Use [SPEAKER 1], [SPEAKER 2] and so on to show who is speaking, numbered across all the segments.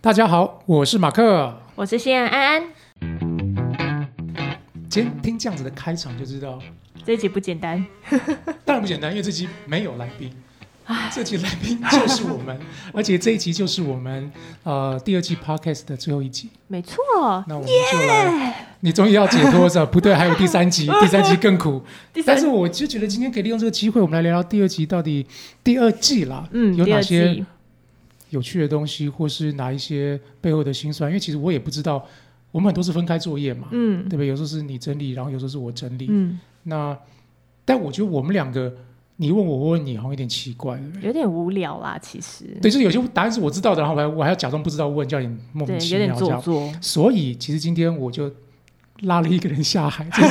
[SPEAKER 1] 大家好，我是马克。
[SPEAKER 2] 我是西安安安，
[SPEAKER 1] 今天听这样子的开场就知道，
[SPEAKER 2] 这一集不简单，
[SPEAKER 1] 当然不简单，因为这集没有来宾。这集来宾就是我们，而且这一集就是我们呃第二季 podcast 的最后一集。
[SPEAKER 2] 没错。
[SPEAKER 1] 那我们就来你终于要解脱了，不对，还有第三 集，第三集更苦。
[SPEAKER 2] 第
[SPEAKER 1] 但
[SPEAKER 2] 三
[SPEAKER 1] 是，我就觉得今天可以利用这个机会，我们来聊聊第二集到底第二季啦，
[SPEAKER 2] 嗯，
[SPEAKER 1] 有
[SPEAKER 2] 第
[SPEAKER 1] 哪
[SPEAKER 2] 二
[SPEAKER 1] 些
[SPEAKER 2] 季，
[SPEAKER 1] 有趣的东西，或是哪一些背后的辛酸？因为其实我也不知道，我们很多是分开作业嘛，
[SPEAKER 2] 嗯
[SPEAKER 1] 对不对？有时候是你整理，然后有时候是我整理。
[SPEAKER 2] 嗯，
[SPEAKER 1] 那但我觉得我们两个，你问我，我问你，好像有点奇怪，对不对？
[SPEAKER 2] 嗯有点无聊啦，其实，
[SPEAKER 1] 对，就是有些答案是我知道的，然后我还我还要假装不知道问，叫你莫
[SPEAKER 2] 对
[SPEAKER 1] 名，其
[SPEAKER 2] 有点
[SPEAKER 1] 妙这
[SPEAKER 2] 做
[SPEAKER 1] 样。
[SPEAKER 2] 作，
[SPEAKER 1] 所以其实今天我就拉了一个人下海， 这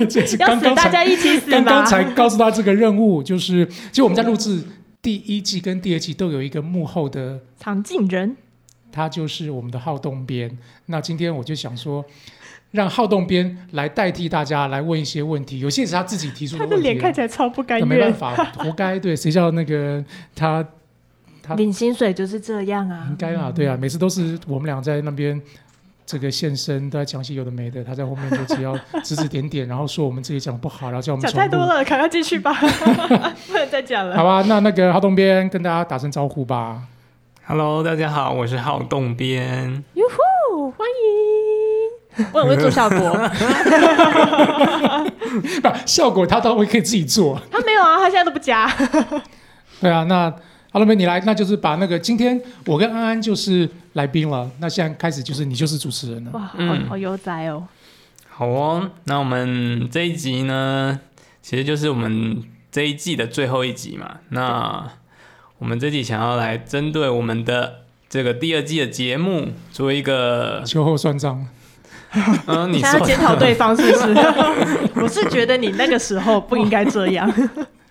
[SPEAKER 1] 是这是
[SPEAKER 2] 要
[SPEAKER 1] 刚
[SPEAKER 2] 死
[SPEAKER 1] 刚
[SPEAKER 2] 大
[SPEAKER 1] 才
[SPEAKER 2] 家一起死
[SPEAKER 1] 刚
[SPEAKER 2] 吗
[SPEAKER 1] 刚？才告诉他这个任务，就是其实我们在录制第一季跟第二季都有一个幕后的
[SPEAKER 2] 场景人，
[SPEAKER 1] 他就是我们的好动编。那今天我就想说，让好动编来代替大家来问一些问题，有些也是他自己提出
[SPEAKER 2] 他的
[SPEAKER 1] 问题啊
[SPEAKER 2] 脸
[SPEAKER 1] 啦
[SPEAKER 2] 看起来超不甘
[SPEAKER 1] 那没办
[SPEAKER 2] 愿，
[SPEAKER 1] 法，活该。对，谁叫那个他他
[SPEAKER 2] 领薪水就是这样啊
[SPEAKER 1] 应，该啊？对啊，每次都是我们俩在那边。这个现身都在讲些有的没的，他在后面就只要指指点点，然后说我们自己讲不好，然后叫我们
[SPEAKER 2] 讲
[SPEAKER 1] 重
[SPEAKER 2] 太多
[SPEAKER 1] 录，
[SPEAKER 2] 了，赶快继 续吧，不能再讲
[SPEAKER 1] 好
[SPEAKER 2] 了。
[SPEAKER 1] 吧？那那个浩东边跟大家打声招呼吧。
[SPEAKER 3] Hello，大家好，我是好动边。
[SPEAKER 2] 哦，欢迎，我很会做效 果，
[SPEAKER 1] 不，效果他倒会可以自己做。
[SPEAKER 2] 他没有啊，他现在都不加，
[SPEAKER 1] 对啊，那阿龙妹你来，那就是把那个今天我跟安安就是来宾了，那现在开始就是你就是主持人了。
[SPEAKER 2] 哇，好
[SPEAKER 3] 嗯
[SPEAKER 2] 好悠哉哦，
[SPEAKER 3] 好哦，那我们这一集呢，其实就是我们这一季的最后一集嘛。那我们这集想要来针对我们的这个第二季的节目做一个，
[SPEAKER 1] 秋后算账，
[SPEAKER 3] 嗯、你
[SPEAKER 2] 现在
[SPEAKER 3] 说
[SPEAKER 2] 检讨对方是不 是？我是觉得你那个时候不应该这样，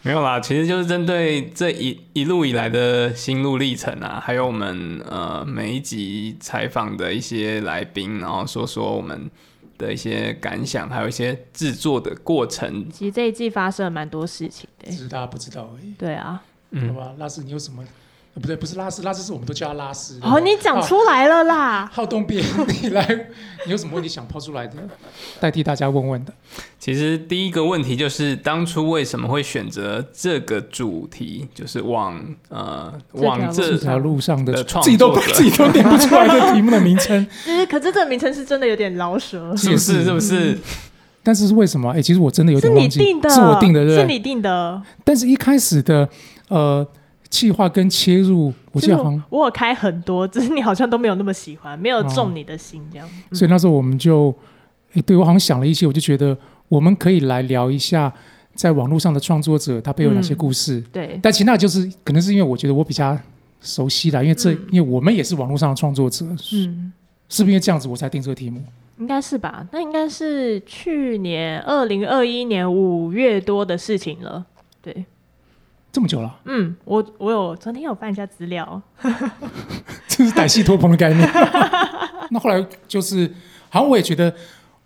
[SPEAKER 3] 没有啦，其实就是针对这一一路以来的心路历程啊，还有我们呃每一集采访的一些来宾，然后说说我们的一些感想，还有一些制作的过程。
[SPEAKER 2] 其实这一季发生了蛮多事情的
[SPEAKER 1] 只
[SPEAKER 2] 欸。
[SPEAKER 1] 是大家不知道而已，
[SPEAKER 2] 对啊，
[SPEAKER 3] 嗯
[SPEAKER 1] 好，吧？拉斯，你有什么？呃不对，不是拉斯，拉斯是我们都叫他拉斯。
[SPEAKER 2] 哦，你讲出来了啦，
[SPEAKER 1] 好动变，你来，你有什么问题想抛出来的，代替大家问问的？
[SPEAKER 3] 其实第一个问题就是当初为什么会选择这个主题，就是往呃
[SPEAKER 2] 这条
[SPEAKER 3] 往
[SPEAKER 2] 路
[SPEAKER 3] 这
[SPEAKER 1] 这条路上的
[SPEAKER 3] 的创
[SPEAKER 1] 呃自己都
[SPEAKER 3] 作者
[SPEAKER 1] 自己都念不出来的题目的名称，
[SPEAKER 2] 就是可是这个名称是真的有点饶舌，
[SPEAKER 3] 是不是
[SPEAKER 1] 也是
[SPEAKER 3] 是不是？
[SPEAKER 1] 但是是为什么？哎，其实我真的有
[SPEAKER 2] 是
[SPEAKER 1] 点
[SPEAKER 2] 你
[SPEAKER 1] 忘记，
[SPEAKER 2] 定的，
[SPEAKER 1] 是我定的，对不
[SPEAKER 2] 是
[SPEAKER 1] 对？
[SPEAKER 2] 你定的。
[SPEAKER 1] 但是一开始的呃，计划跟切入，我记
[SPEAKER 2] 就是
[SPEAKER 1] 得好像
[SPEAKER 2] 我我有开很多，只是你好像都没有那么喜欢，没有中你的心这样。
[SPEAKER 1] 所以那时候我们就，诶，对我好像想了一些，我就觉得我们可以来聊一下在网络上的创作者他背后有哪些故事。
[SPEAKER 2] 对，
[SPEAKER 1] 但其实那就是可能是因为我觉得我比较熟悉啦，因为这、
[SPEAKER 2] 嗯
[SPEAKER 1] 因为我们也是网络上的创作者，
[SPEAKER 2] 嗯，
[SPEAKER 1] 是不是因为这样子我才定这个题目？
[SPEAKER 2] 应该是吧？那应该是去年二零二一年五月多的事情了。对，
[SPEAKER 1] 这么久了，
[SPEAKER 2] 嗯，我我有昨天有翻一下资料，
[SPEAKER 1] 这是歹戏拖棚的概念。 那后来就是，好像我也觉得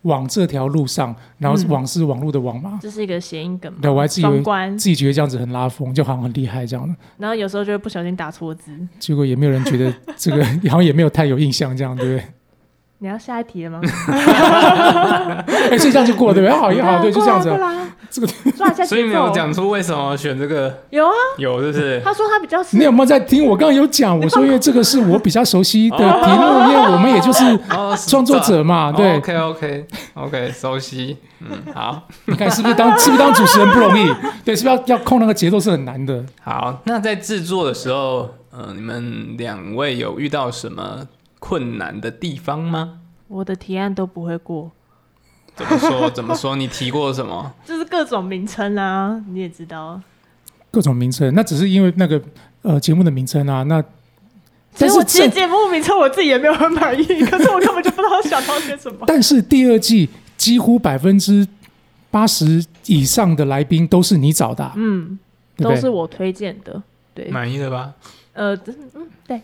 [SPEAKER 1] 往这条路上，然后是
[SPEAKER 2] 嗯
[SPEAKER 1] 网是网络的网嘛，
[SPEAKER 2] 这是一个谐音梗嘛
[SPEAKER 1] 对，我还自以
[SPEAKER 2] 双
[SPEAKER 1] 为
[SPEAKER 2] 关，
[SPEAKER 1] 自己觉得这样子很拉风，就好像很厉害这样的。
[SPEAKER 2] 然后有时候就会不小心打错字。
[SPEAKER 1] 结果也没有人觉得这个， 好像也没有太有印象，这样对不对？
[SPEAKER 2] 你要下一题 了吗？
[SPEAKER 1] 哎、所以这样就过了，对不对？好，也好，对，就这样子
[SPEAKER 2] 过
[SPEAKER 1] 啊。
[SPEAKER 2] 来过来
[SPEAKER 1] 这个，
[SPEAKER 2] 抓一下节奏。
[SPEAKER 3] 所以没有讲出为什么选这个，
[SPEAKER 2] 有啊，
[SPEAKER 3] 有是不 是？
[SPEAKER 2] 他说他比较喜
[SPEAKER 1] 你有没有在听？我刚刚有讲，我说因为这个是我比较熟悉的题 目，因为我们也就是
[SPEAKER 3] 哦，
[SPEAKER 1] 创作者嘛，对。
[SPEAKER 3] ，OK OK OK，熟悉，嗯，好
[SPEAKER 1] 你看是不是当 是不是当主持人不容易？对，是不是要要控那个节奏是很难的？
[SPEAKER 3] 好。那在制作的时候，呃，你们两位有遇到什么困难的地方吗？
[SPEAKER 2] 我的提案都不会过，
[SPEAKER 3] 怎 么说？怎么说？你提过什么？
[SPEAKER 2] 就是各种名称啊，你也知道。
[SPEAKER 1] 各种名称，那只是因为那个呃节目的名称啊，那
[SPEAKER 2] 所
[SPEAKER 1] 但
[SPEAKER 2] 以
[SPEAKER 1] 是
[SPEAKER 2] 我其实
[SPEAKER 1] 这
[SPEAKER 2] 节目名称我自己也没有很满意，可是我根本就不知道想到些什 么。
[SPEAKER 1] 但是第二季几乎百分之八十以上的来宾都是你找的啊、
[SPEAKER 2] 嗯，
[SPEAKER 1] 对
[SPEAKER 2] 都
[SPEAKER 1] 不对
[SPEAKER 2] 是？我推荐的。对，
[SPEAKER 3] 满意了吧？
[SPEAKER 2] 呃，嗯，对，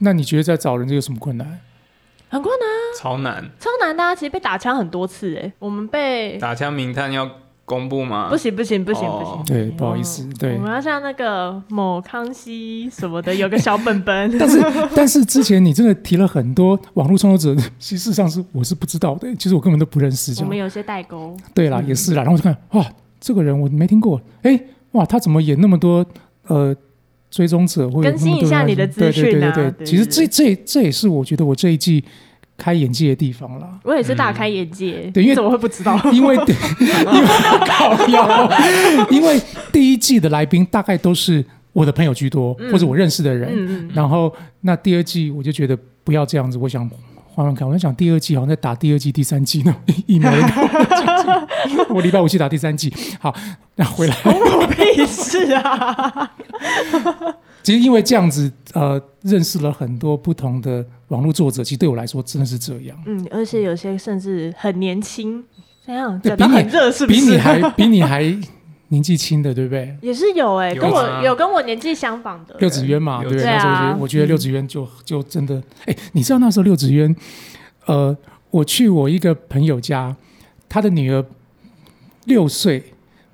[SPEAKER 1] 那你觉得在找人这有什么困难？
[SPEAKER 2] 很困难，
[SPEAKER 3] 超难。
[SPEAKER 2] 啊超难的、啊。其实被打枪很多次、欸，哎，我们被
[SPEAKER 3] 打枪名探要公布吗？
[SPEAKER 2] 不行不行不行
[SPEAKER 3] 哦
[SPEAKER 2] 不行，
[SPEAKER 1] 对，不好意思
[SPEAKER 2] 哦，
[SPEAKER 1] 对
[SPEAKER 2] 我。们要像那个某康熙什么的，有个小本 本。
[SPEAKER 1] 但是，但是之前你真的提了很多网络创作者，其实事实上是我是不知道的，其实我根本都不认识。这
[SPEAKER 2] 我
[SPEAKER 1] 样
[SPEAKER 2] 们有些代沟，
[SPEAKER 1] 对啦，也是啦。然后我就看，哇，这个人我没听过，哎，哇，他怎么演那么多呃追踪者，或者
[SPEAKER 2] 更新一下你的资
[SPEAKER 1] 对对
[SPEAKER 2] 讯
[SPEAKER 1] 对
[SPEAKER 2] 啊
[SPEAKER 1] 对
[SPEAKER 2] 对
[SPEAKER 1] 其实这
[SPEAKER 2] 对
[SPEAKER 1] 这这也是我觉得我这一季开眼界的地方啦。
[SPEAKER 2] 我也是大开眼界。
[SPEAKER 1] 嗯对因为
[SPEAKER 2] 你怎么会不知道？
[SPEAKER 1] 因为因为靠腰，因为第一季的来宾大概都是我的朋友居多，
[SPEAKER 2] 嗯
[SPEAKER 1] 或者我认识的人。
[SPEAKER 2] 嗯嗯，
[SPEAKER 1] 然后那第二季我就觉得不要这样子，我想换换看。我在想第二季好像在打第二季、第三季呢， 一 模一样。我礼拜五去打第三季，好，那回 来。
[SPEAKER 2] 关我屁 事啊！
[SPEAKER 1] 其实因为这样子，呃，认识了很多不同的网络作者，其实对我来说真的是这样，
[SPEAKER 2] 嗯，而且有些甚至很年轻，这样
[SPEAKER 1] 对
[SPEAKER 2] 讲的
[SPEAKER 1] 比你
[SPEAKER 2] 很热，是不
[SPEAKER 1] 比
[SPEAKER 2] 是？
[SPEAKER 1] 你还比你还年纪轻的，对不对？
[SPEAKER 2] 也是有哎、
[SPEAKER 3] 有
[SPEAKER 2] 跟
[SPEAKER 3] 啊
[SPEAKER 2] 我有跟我年纪相仿的人
[SPEAKER 1] 六子渊嘛，
[SPEAKER 3] 六
[SPEAKER 1] 对不对？
[SPEAKER 2] 子
[SPEAKER 1] 那时候我觉
[SPEAKER 2] 对啊
[SPEAKER 1] 得我觉得六子渊就就真的，哎，你知道那时候六子渊，呃，我去我一个朋友家，他的女儿六岁，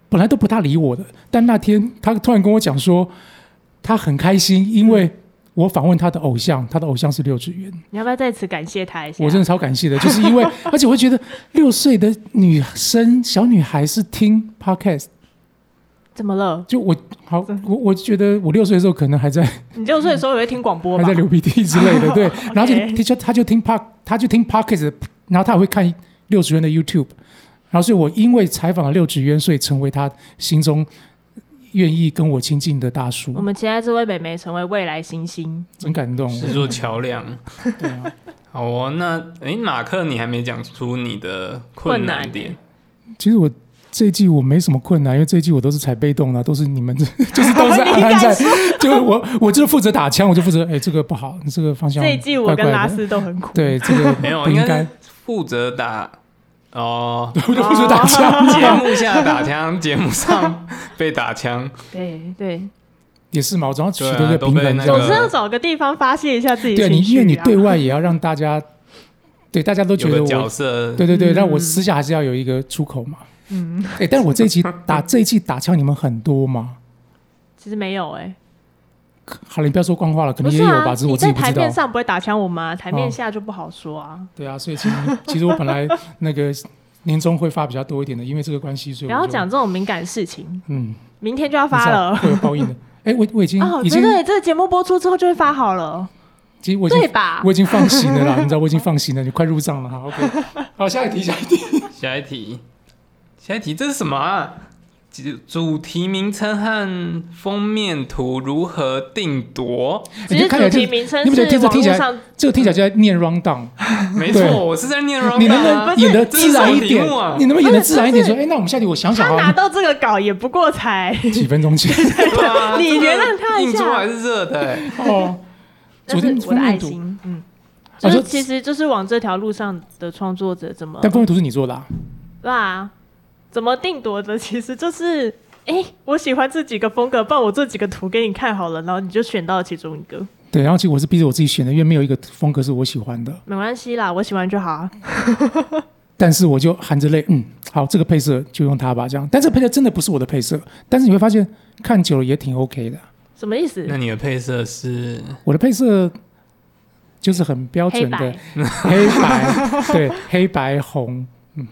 [SPEAKER 1] 本来都不大理我的，但那天他突然跟我讲说，他很开心，因为我访问他的偶像，他的偶像是六子渊，
[SPEAKER 2] 你要不要在此感谢他一下？
[SPEAKER 1] 我真的超感谢的，就是因为，而且我会觉得六岁的女生小女孩是听 podcast，
[SPEAKER 2] 怎么了？
[SPEAKER 1] 就我好，我我觉得我六岁的时候可能还在。
[SPEAKER 2] 你六岁的时候也会听广播
[SPEAKER 1] 还嗯
[SPEAKER 2] 吧
[SPEAKER 1] 在？流鼻涕之 类的，对。然后就
[SPEAKER 2] OK
[SPEAKER 1] 他就他就听 Park，他就听 Parkes，然后他也会看六子渊的 YouTube，然后所以我因为采访了六子渊，所以成为他心中愿意跟我亲近的大叔
[SPEAKER 2] 我，们期待这位美眉成为未来星星。
[SPEAKER 1] 真感动。
[SPEAKER 3] 是座桥梁。
[SPEAKER 1] 对啊，
[SPEAKER 3] 好哦，那诶，马克，你还没讲出你的困难点，
[SPEAKER 1] 哦其实我。这一季我没什么困难，因为这一季我都是采被动的，都是你们， 就是都是
[SPEAKER 2] 你
[SPEAKER 1] 安安在
[SPEAKER 2] 敢，
[SPEAKER 1] 就是我我就是负责打枪，我就负责哎这个不好，这个方向
[SPEAKER 2] 这一季我
[SPEAKER 1] 怪怪
[SPEAKER 2] 跟
[SPEAKER 1] 的
[SPEAKER 2] 拉斯都很苦。
[SPEAKER 1] 对这个
[SPEAKER 3] 没有，
[SPEAKER 1] 不
[SPEAKER 3] 应
[SPEAKER 1] 应
[SPEAKER 3] 该
[SPEAKER 1] 该
[SPEAKER 3] 是，负责打 哦，
[SPEAKER 1] 我就负责打枪，
[SPEAKER 2] 哦
[SPEAKER 3] 节目下打枪，节目上 被打枪，
[SPEAKER 2] 对对，
[SPEAKER 1] 也是嘛，我总要取
[SPEAKER 3] 对啊
[SPEAKER 1] 得一个
[SPEAKER 3] 都
[SPEAKER 1] 平
[SPEAKER 3] 被
[SPEAKER 1] 衡
[SPEAKER 3] 那
[SPEAKER 1] 这
[SPEAKER 3] 个
[SPEAKER 1] 样
[SPEAKER 2] 总
[SPEAKER 1] 子
[SPEAKER 2] 是要找个地方发泄一下自己
[SPEAKER 1] 对你，
[SPEAKER 2] 情绪、啊。
[SPEAKER 1] 因为你对 外也要让大家，对大家都觉
[SPEAKER 3] 有
[SPEAKER 1] 得
[SPEAKER 3] 个
[SPEAKER 1] 我，
[SPEAKER 3] 角色
[SPEAKER 1] 对对对，让我
[SPEAKER 2] 嗯
[SPEAKER 1] 私下还是要有一个出口嘛。
[SPEAKER 2] 嗯，
[SPEAKER 1] 哎，但我这一集打这一季打枪你们很多吗？
[SPEAKER 2] 其实没有哎、
[SPEAKER 1] 好了，你不要说官话了，可
[SPEAKER 2] 不
[SPEAKER 1] 能也
[SPEAKER 2] 是
[SPEAKER 1] 有
[SPEAKER 2] 啊
[SPEAKER 1] 吧，，只是
[SPEAKER 2] 你
[SPEAKER 1] 我自
[SPEAKER 2] 在
[SPEAKER 1] 己不
[SPEAKER 2] 台
[SPEAKER 1] 知
[SPEAKER 2] 面
[SPEAKER 1] 道。
[SPEAKER 2] 上不会打枪我吗？台面
[SPEAKER 1] 哦
[SPEAKER 2] 下就不好说啊。
[SPEAKER 1] 对啊，所以其实其实我本来那个年终会发比较多一点的，因为这个关系，所以
[SPEAKER 2] 不
[SPEAKER 1] 我
[SPEAKER 2] 要
[SPEAKER 1] 就
[SPEAKER 2] 讲，这种敏感事情，
[SPEAKER 1] 嗯，
[SPEAKER 2] 明天就要发
[SPEAKER 1] 你知道
[SPEAKER 2] 了。
[SPEAKER 1] 会有报应的。哎，我我已经
[SPEAKER 2] 哦，
[SPEAKER 1] 已
[SPEAKER 2] 对
[SPEAKER 1] 经，
[SPEAKER 2] 对，这个节目播出之后就会发好了，
[SPEAKER 1] 其实我已
[SPEAKER 2] 对
[SPEAKER 1] 经
[SPEAKER 2] 吧？
[SPEAKER 1] 我已经放行了啦，你知道我已经放行了，你快入账了哈。OK，好，下一题，下一题。
[SPEAKER 3] 下一题，下一题，这是什么啊？主主题名称和封面图如何定 夺？
[SPEAKER 2] 只
[SPEAKER 1] 哎你
[SPEAKER 2] 是
[SPEAKER 1] 就看起
[SPEAKER 2] 主
[SPEAKER 1] 来
[SPEAKER 2] 题
[SPEAKER 1] 就
[SPEAKER 2] 名称
[SPEAKER 1] 你们
[SPEAKER 2] 是
[SPEAKER 1] 觉得这
[SPEAKER 2] 网
[SPEAKER 1] 听起
[SPEAKER 2] 络
[SPEAKER 1] 来
[SPEAKER 2] 上
[SPEAKER 1] 这个听起来就在念 round down。
[SPEAKER 3] 没
[SPEAKER 1] 对
[SPEAKER 3] 错，我是在念 wrong
[SPEAKER 1] 你能
[SPEAKER 3] down
[SPEAKER 1] 不
[SPEAKER 3] 啊
[SPEAKER 1] 能演的自然一
[SPEAKER 3] 这是什么
[SPEAKER 1] 点
[SPEAKER 3] 题目啊？
[SPEAKER 1] 你能不能演的自然一点？
[SPEAKER 2] 不是
[SPEAKER 1] 说，哎，那我们下集我想想
[SPEAKER 2] 他拿
[SPEAKER 1] 啊，
[SPEAKER 2] 到这个稿也不过 才，
[SPEAKER 1] 几分 钟前
[SPEAKER 3] 对啊
[SPEAKER 2] 你
[SPEAKER 3] 真的
[SPEAKER 2] 原谅他一
[SPEAKER 3] 印
[SPEAKER 2] 下
[SPEAKER 3] 出来是热的、欸，
[SPEAKER 1] 哦。
[SPEAKER 2] 但
[SPEAKER 1] 昨
[SPEAKER 2] 是
[SPEAKER 1] 天
[SPEAKER 2] 我的
[SPEAKER 1] 封
[SPEAKER 2] 爱
[SPEAKER 1] 面图，
[SPEAKER 2] 心，嗯，
[SPEAKER 1] 啊
[SPEAKER 2] 就是
[SPEAKER 1] 就
[SPEAKER 2] 其实就是往这条路上的创作者怎么
[SPEAKER 1] 但封面图是你做的啊？
[SPEAKER 2] 对啊，怎么定夺的，其实就是哎、诶我喜欢这几个风格，不然我这几个图给你看好了，然后你就选到了其中一个，
[SPEAKER 1] 对，然后其实我是逼着我自己选的，因为没有一个风格是我喜欢的。
[SPEAKER 2] 没关系啦，我喜欢就好啊。
[SPEAKER 1] 但是我就含着泪，嗯，好，这个配色就用它吧，这样。但这配色真的不是我的配色，但是你会发现看久了也挺 OK 的。
[SPEAKER 2] 什么意思？
[SPEAKER 3] 那你的配色是
[SPEAKER 1] 我的配色就是很标
[SPEAKER 2] 黑
[SPEAKER 1] 准的
[SPEAKER 2] 白、
[SPEAKER 1] 黑白，对，黑白红，嗯，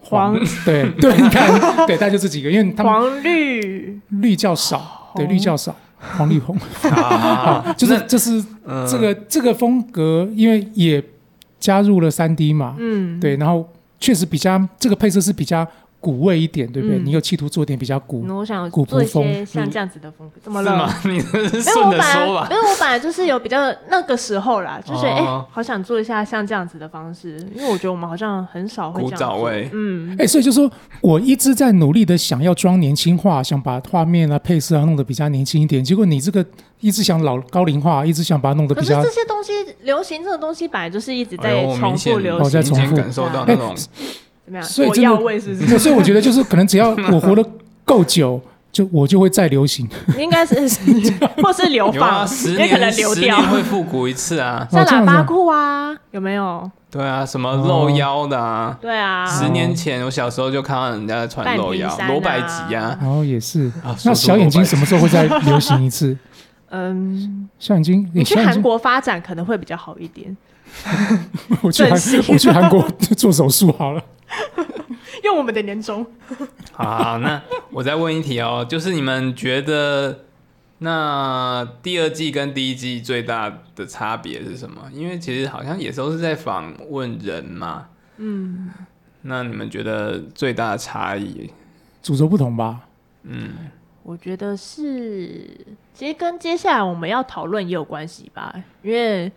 [SPEAKER 2] 黄，
[SPEAKER 1] 对对，你看，对，大概就这几个，因为他们
[SPEAKER 2] 黄绿，
[SPEAKER 1] 绿较少，对，
[SPEAKER 2] 红
[SPEAKER 1] 绿较少，黄 绿红，
[SPEAKER 3] 啊，
[SPEAKER 1] 就是就是
[SPEAKER 3] 嗯
[SPEAKER 1] 这个、这个风格，因为也加入了三 D 嘛，
[SPEAKER 2] 嗯，
[SPEAKER 1] 对，然后确实比较这个配色是比较古味一点，对不对？
[SPEAKER 2] 嗯
[SPEAKER 1] 你有企图做点比较古，
[SPEAKER 2] 嗯，我想
[SPEAKER 1] 古
[SPEAKER 2] 做一
[SPEAKER 1] 风
[SPEAKER 2] 些像
[SPEAKER 3] 嗯
[SPEAKER 2] 这样子的风格，怎么
[SPEAKER 3] 是
[SPEAKER 2] 了
[SPEAKER 3] 吗？？ 你是
[SPEAKER 2] 没有，
[SPEAKER 3] 顺
[SPEAKER 2] 我
[SPEAKER 3] 着
[SPEAKER 2] 本来
[SPEAKER 3] 说吧
[SPEAKER 2] 没。有，我本来就是有比较那个时候啦，就是哎、
[SPEAKER 3] 哦
[SPEAKER 2] 好想做一下像这样子的方式，因为我觉得我们好像很少会这
[SPEAKER 3] 古
[SPEAKER 2] 样
[SPEAKER 3] 早
[SPEAKER 2] 做
[SPEAKER 3] 味
[SPEAKER 2] 嗯，
[SPEAKER 1] 哎，所以就说我一直在努力的想要装年轻化，想把画面啊、配色啊弄得比较年轻一点，结果你这个一直想老高龄化，一直想把它弄得
[SPEAKER 2] 可
[SPEAKER 1] 比
[SPEAKER 2] 是
[SPEAKER 1] 较
[SPEAKER 2] 这。些东西，流行这个东西本来就是一直
[SPEAKER 3] 哎
[SPEAKER 2] 在
[SPEAKER 3] 呦我
[SPEAKER 2] 重
[SPEAKER 3] 明
[SPEAKER 2] 复
[SPEAKER 3] 显
[SPEAKER 2] 流
[SPEAKER 1] 哦
[SPEAKER 2] 行，啊
[SPEAKER 1] 在重
[SPEAKER 3] 明显
[SPEAKER 1] 复
[SPEAKER 3] 感受到 那种
[SPEAKER 2] 怎么样？
[SPEAKER 1] 所以
[SPEAKER 2] 我
[SPEAKER 1] 真的
[SPEAKER 2] 要味是不是？
[SPEAKER 1] 那所以我觉得就是可能只要我活得够久，就我就会再流 行。
[SPEAKER 2] 你应该是或是留
[SPEAKER 3] 有啊，
[SPEAKER 2] 放，
[SPEAKER 3] 十
[SPEAKER 2] 也
[SPEAKER 3] 年
[SPEAKER 2] 可能流
[SPEAKER 3] 十
[SPEAKER 2] 掉
[SPEAKER 3] 年，会复古一次啊。
[SPEAKER 2] 像
[SPEAKER 1] 哦这样
[SPEAKER 2] 喇
[SPEAKER 1] 子啊
[SPEAKER 2] 叭裤啊，有没有？
[SPEAKER 3] 对啊，什么露腰的啊，
[SPEAKER 2] 对啊，
[SPEAKER 3] 十年前我小时候就看到人家在穿露腰
[SPEAKER 2] 半披，衫啊
[SPEAKER 3] 罗百吉啊，
[SPEAKER 1] 然后哦也是，
[SPEAKER 3] 啊
[SPEAKER 1] 那
[SPEAKER 3] 说说
[SPEAKER 1] 小眼睛
[SPEAKER 3] 罗百吉
[SPEAKER 1] 什么时候会再流行一次？
[SPEAKER 2] 嗯，
[SPEAKER 1] 小眼睛，
[SPEAKER 2] 你
[SPEAKER 1] 诶
[SPEAKER 2] 去
[SPEAKER 1] 小眼
[SPEAKER 2] 韩
[SPEAKER 1] 睛，
[SPEAKER 2] 国发展可能会比较好一点，
[SPEAKER 1] 我去韩
[SPEAKER 2] 整形，
[SPEAKER 1] 我去韩国做手术好了。
[SPEAKER 2] 用我们的年终。
[SPEAKER 3] 好好，好那我再问一题哦，就是你们觉得那第二季跟第一季最大的差别是什么？因为其实好像也都是在访问人嘛。
[SPEAKER 2] 嗯，
[SPEAKER 3] 那你们觉得最大的差异？
[SPEAKER 1] 主轴不同吧？
[SPEAKER 3] 嗯，
[SPEAKER 2] 我觉得是，其实跟接下来我们要讨论也有关系吧，因为